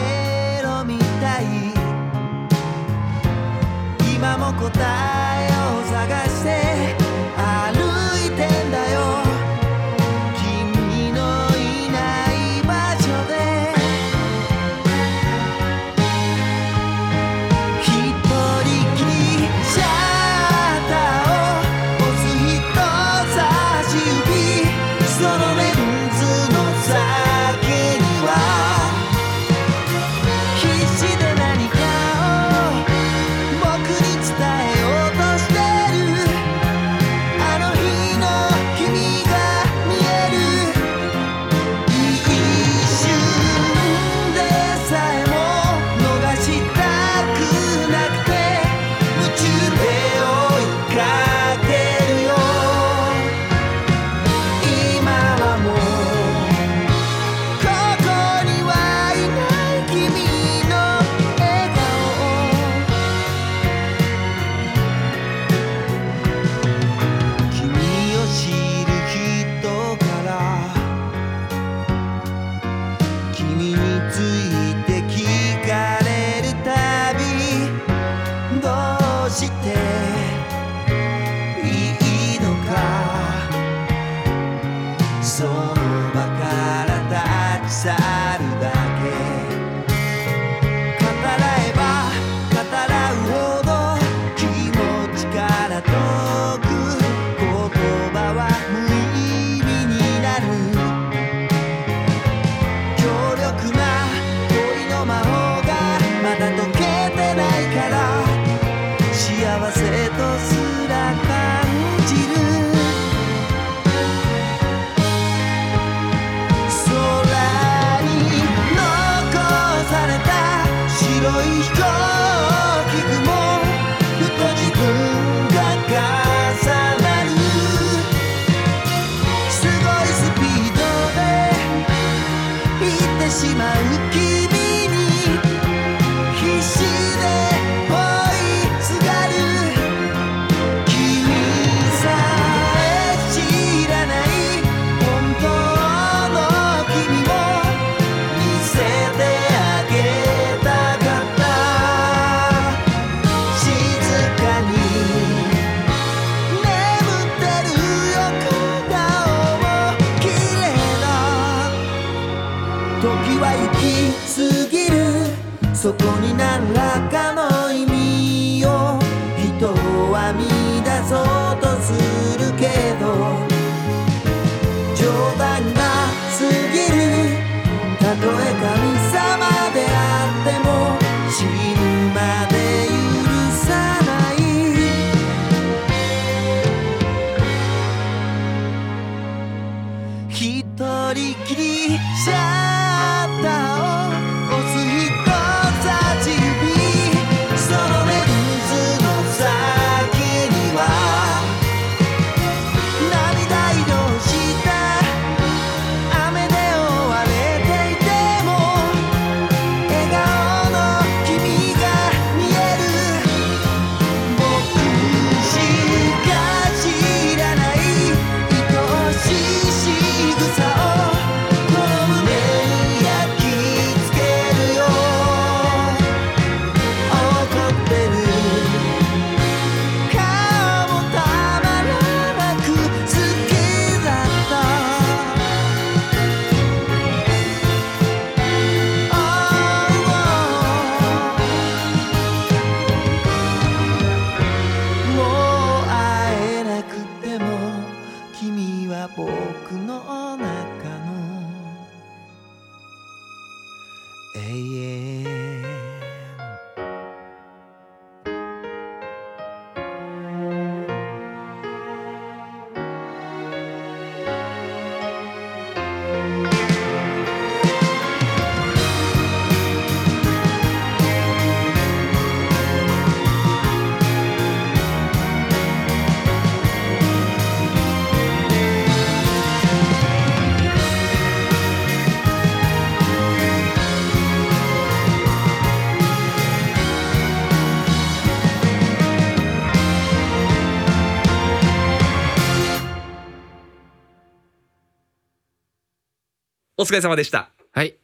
E: りきりシャッターを押す人差し指そのレンズの先には涙色した雨で覆われていても笑顔の君が見える僕しか知らない愛しい仕草をこの胸に焼き付けるよ怒ってる顔もたまらなく好きだった「ああ」「もう会えなくても君は僕の中の永遠」
A: お疲れ様でした
B: はい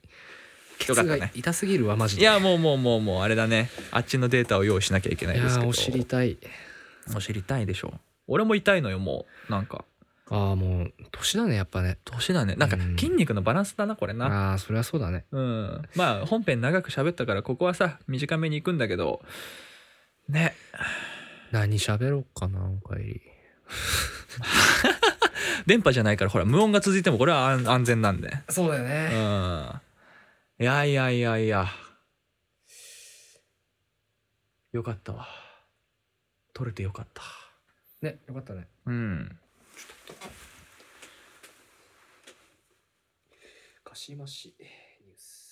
A: よかったね
B: ケツが痛すぎるわマジ
A: い
B: で
A: やもうもうもうもうあれだねあっちのデータを用意しなきゃいけない
B: いや
A: ですけ
B: ー
A: ど
B: お尻痛い
A: お尻痛いでしょ俺も痛いのよもうなんか
B: ああもう年だねやっぱね
A: 年だねなんか
B: うん
A: 筋肉のバランスだなこれな
B: ああそりゃそうだね
A: うんまあ本編長く喋ったからここはさ短めに行くんだけどね
B: 何喋ろうかなおかえり
A: 電波じゃないからほら無音が続いてもこれは安安全なんで
B: そうだよ
A: う
B: ね
A: んいやいやいやいやよかったわ取れてよかった
B: ねよかったね
A: うん
B: カシマシニュース